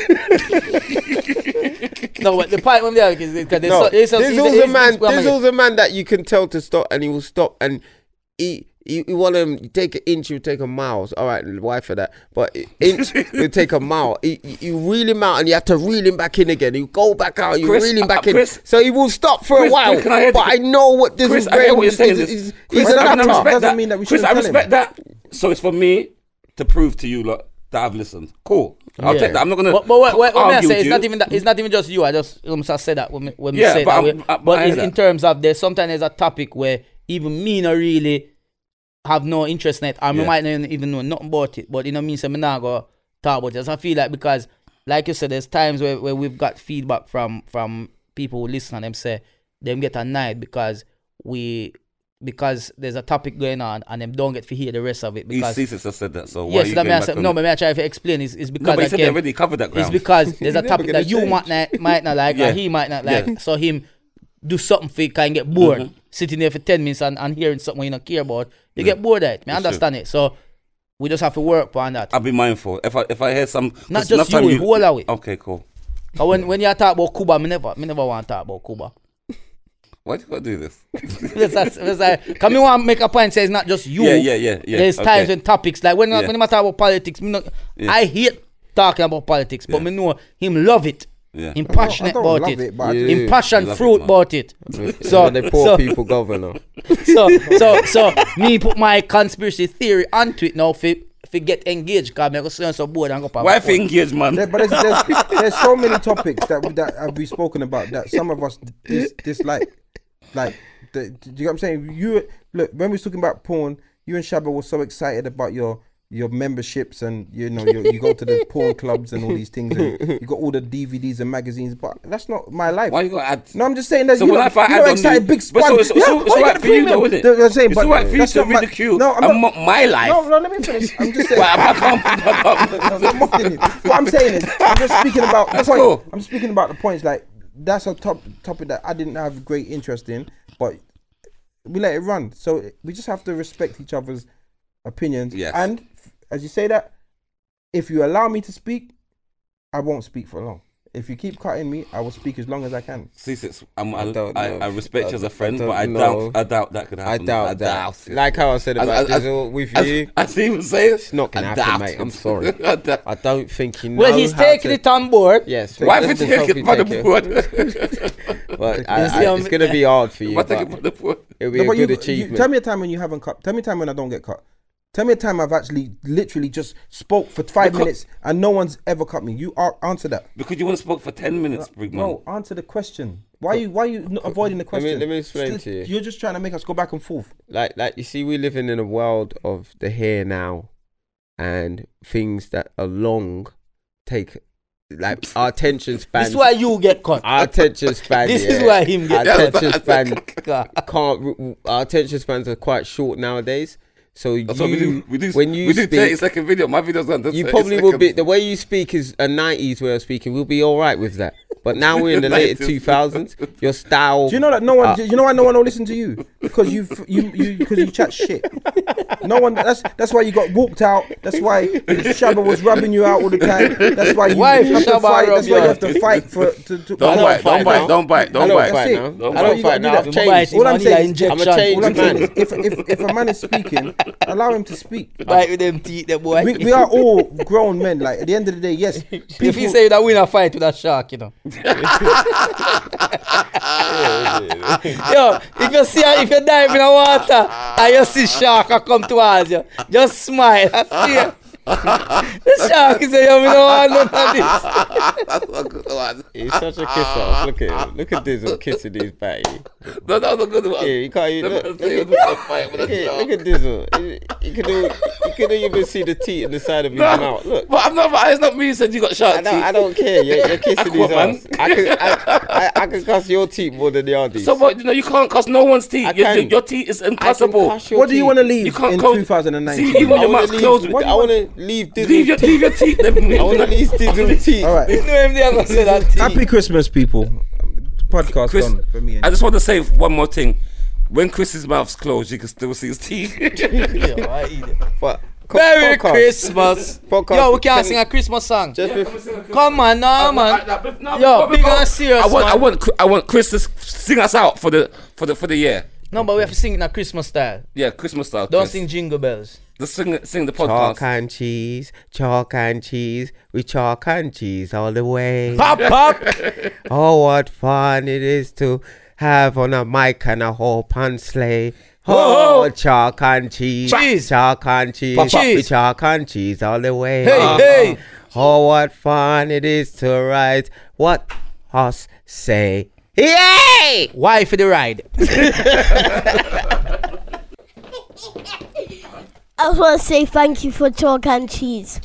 No, but the point when they are because there's No, so, there's some- Dizzle's there's- a man. there's- there's- Dizzle's a man that you can tell to stop, and he will stop. And he, he, he want him take an inch, he'll take a mile. All right, why for that? But inch, he'll take a mile. He, he- you reel him out, and you have to reel him back in again. You go back out, you Chris, reel him uh, back in. Chris- so he will stop for Chris, a while. Chris, can I hear- but I know what Dizzle's Chris, I hear what you're saying. He's, This. he's, Chris, he's a I, can nutter. respect Doesn't that. mean that we Chris, I shouldn't tell respect that. So it's for me to prove to you lot that I've listened. Cool. I'll Yeah. take that. I'm not gonna. But, but what, what, what may I argue say, with it's you. not even that. It's not even just you. I just um, so I said that when me, when me Yeah, say but that. I'm- way. I- but I but hear it's in that. terms of there's sometimes there's a topic where even me not really have no interest in it. I Yeah. might not even know nothing about it. But you know what I mean? So me not go talk about it. Just I feel like because, like you said, there's times where, where we've got feedback from from people who listen and them say them get annoyed because we because there's a topic going on and them don't get to hear the rest of it He because. sees it, so said that. So why Yes, are you that going may I back say, on no, it? but may I try to explain? It's, it's no, because but he I said they can't, already covered that it's ground. because there's a never topic gonna that you change. might not, might not like, Yeah. or he might not like. Yeah. Mm-hmm. So him do something for it, can get bored sitting there for ten minutes and, and hearing something you don't care about. You get bored at it. I That's true. understand it. So we just have to work on that. I'll be mindful. If I if I hear some, 'cause Not enough just time you, whole of it. Okay, cool. 'Cause when when you talk about Cuba, me never me never want to talk about Cuba. Why do you gotta do this? Because that's, that's like, can me want to make a point? Say it's not just you. Yeah, yeah, yeah, yeah. There's okay. times when topics like when Yeah. when I talk about politics, me not, Yeah. I hate talking about politics, but me know him love it. Yeah. Him don't- I passionate don't about love it. it, but I Yeah. him passion I love it, fruit man. about it. So So the poor so, people governor. so so so me put my conspiracy theory onto it now fi fi get engaged because me go sit on some board and go pa- Why for engagement? There- but there's, there's, there's so many topics that that have we spoken about that some of us dis, dislike. Like, the, do you know what I'm saying? You look when we was talking about porn, you and Shabba were so excited about your your memberships and you know you, you go to the porn clubs and all these things. And you got all the DVDs and magazines, but that's not my life. Why you gotta add? No, I'm just saying that So you when know, I find you I know, don't excited do- big but span. so it's- yeah, so it's why you alright got for you premium? though, isn't it? That's what I'm saying, It's but alright for you that's to not my- ridicule. No, I'm I'm not. not my life. No, no, let me finish. I'm just saying. But I can't- I can't- No, I'm mocking it. What I'm saying is, I'm just speaking about the That's point. cool. I'm speaking about the points. Like that's a top topic that I didn't have great interest in, but we let it run. So we just have to respect each other's opinions. Yes. And as you say that, if you allow me to speak, I won't speak for long. If you keep cutting me, I will speak as long as I can. Cease it. I'm, I, I don't I, know. I respect you as a I- friend, I don't but I know. doubt I doubt that could I happen. doubt that. it. Like how I said I- about I- I- Dizzle with I- you, I see him saying it's not gonna happen, mate. I'm sorry. I doubt- I don't think you know. Well, he's how taking to- it on board. Yes. Why that's would the you take it selfie by the taker. board? But I- It's I- the only- it's gonna be hard for you. Why take but it by the board? It'll be No, a but good you- you- achievement. tell me a time when you haven't cut. Tell me a time when I don't get cut. Tell me a time I've actually literally just spoke for five Because- minutes and no one's ever cut me. You are, answer that. Because you want to spoke for 10 minutes, Brigman. No, answer the question. Why are you why are you not avoiding the let me- question? let me explain to you. You're just trying to make us go back and forth. like like you see we're living in a world of the here now and things that are long take like our attention span This is why you get caught. our attention span This is yeah, why him get our attention span God. can't our attention spans are quite short nowadays so That's you what we do. We do, when you we do 30 speak second video. My video's done. you probably will be the way you speak is a 90s way of speaking we'll be all right with that but now we're in the later 90s. 2000s your style Do you know that no one? Uh, do you know why no one will listen to you? Because you you you because you chat shit. No one. That's that's why you got walked out. That's why Shabba was rubbing you out all the time. That's why you Why have to Shabba fight. rub That's you why you have out? to fight for to. to Don't No, bite, don't fight bite, now. don't bite, I don't don't bite. fight That's now. it. I That's don't all fight you now. gotta I've do. Don't bite changed. him All I'm on saying your is- injection. All I'm I'm a saying changed is, if, if if a man is speaking, allow him to speak. Bite with them teeth, the boy. We, we are all grown men. Like at the end of the day, yes. if he say that win a fight with a shark, you know. Yo, if you see a, if you dive in the water and you see shark a come towards you, just smile. I see it. the shark is a yo, me no want none of this. He's such a kiss off. Look at him. Look at Dizzle kissing his batty. No, that was a good one. Yeah, you can't even. Look, Let me look, see you at- do a fight with a look at, shark. look at Dizzle. You- You could, all- you could even see the teeth in the side of his mouth. Look. But I'm not. But it's not me who said you got shark I don't, I teeth. don't care. You're, you're kissing his Aquaman. ass. I could, I, I, I could cuss your teeth more than the aunties. So what? You know, you can't cuss no one's teeth. I Your- your, can. your teeth is I can impossible. cuss your What do you teeth. want to You leave can't in call- See, 2019? even I your want mouth to closed. leave, with- I want to leave Leave Dizzle. your leave your teeth. I want to leave Dizzle teeth. All right. You know him there go say that teeth. Happy Christmas, people. Podcast Chris- done for me. I just want to say one more thing. When Chris's mouth's closed, you can still see his teeth. Yo, I eat it. But co- Merry podcast. Christmas. Podcast. Yo, we can't Can- sing a Christmas song. Just bef- Come on, now, man. Yo, big and serious, I want, I man. want, I want Chris to sing us out for the for the for the year. No, but we have to sing in a Christmas style. Yeah, Christmas style. Don't Chris. sing jingle bells. Just sing, sing the Chalk podcast. and cheese, chalk and cheese, we chalk and cheese all the way. Pop, pop. Oh, what fun it is to have on a mic and a whole pan sleigh. Oh, chalk and cheese, Cheese. chalk and cheese, Cheese. we chalk and cheese all the way. Uh-huh. Hey, hey. Oh, what fun it is to ride. What us say? Yay! Why for the ride? I just want to say thank you for talk and cheese.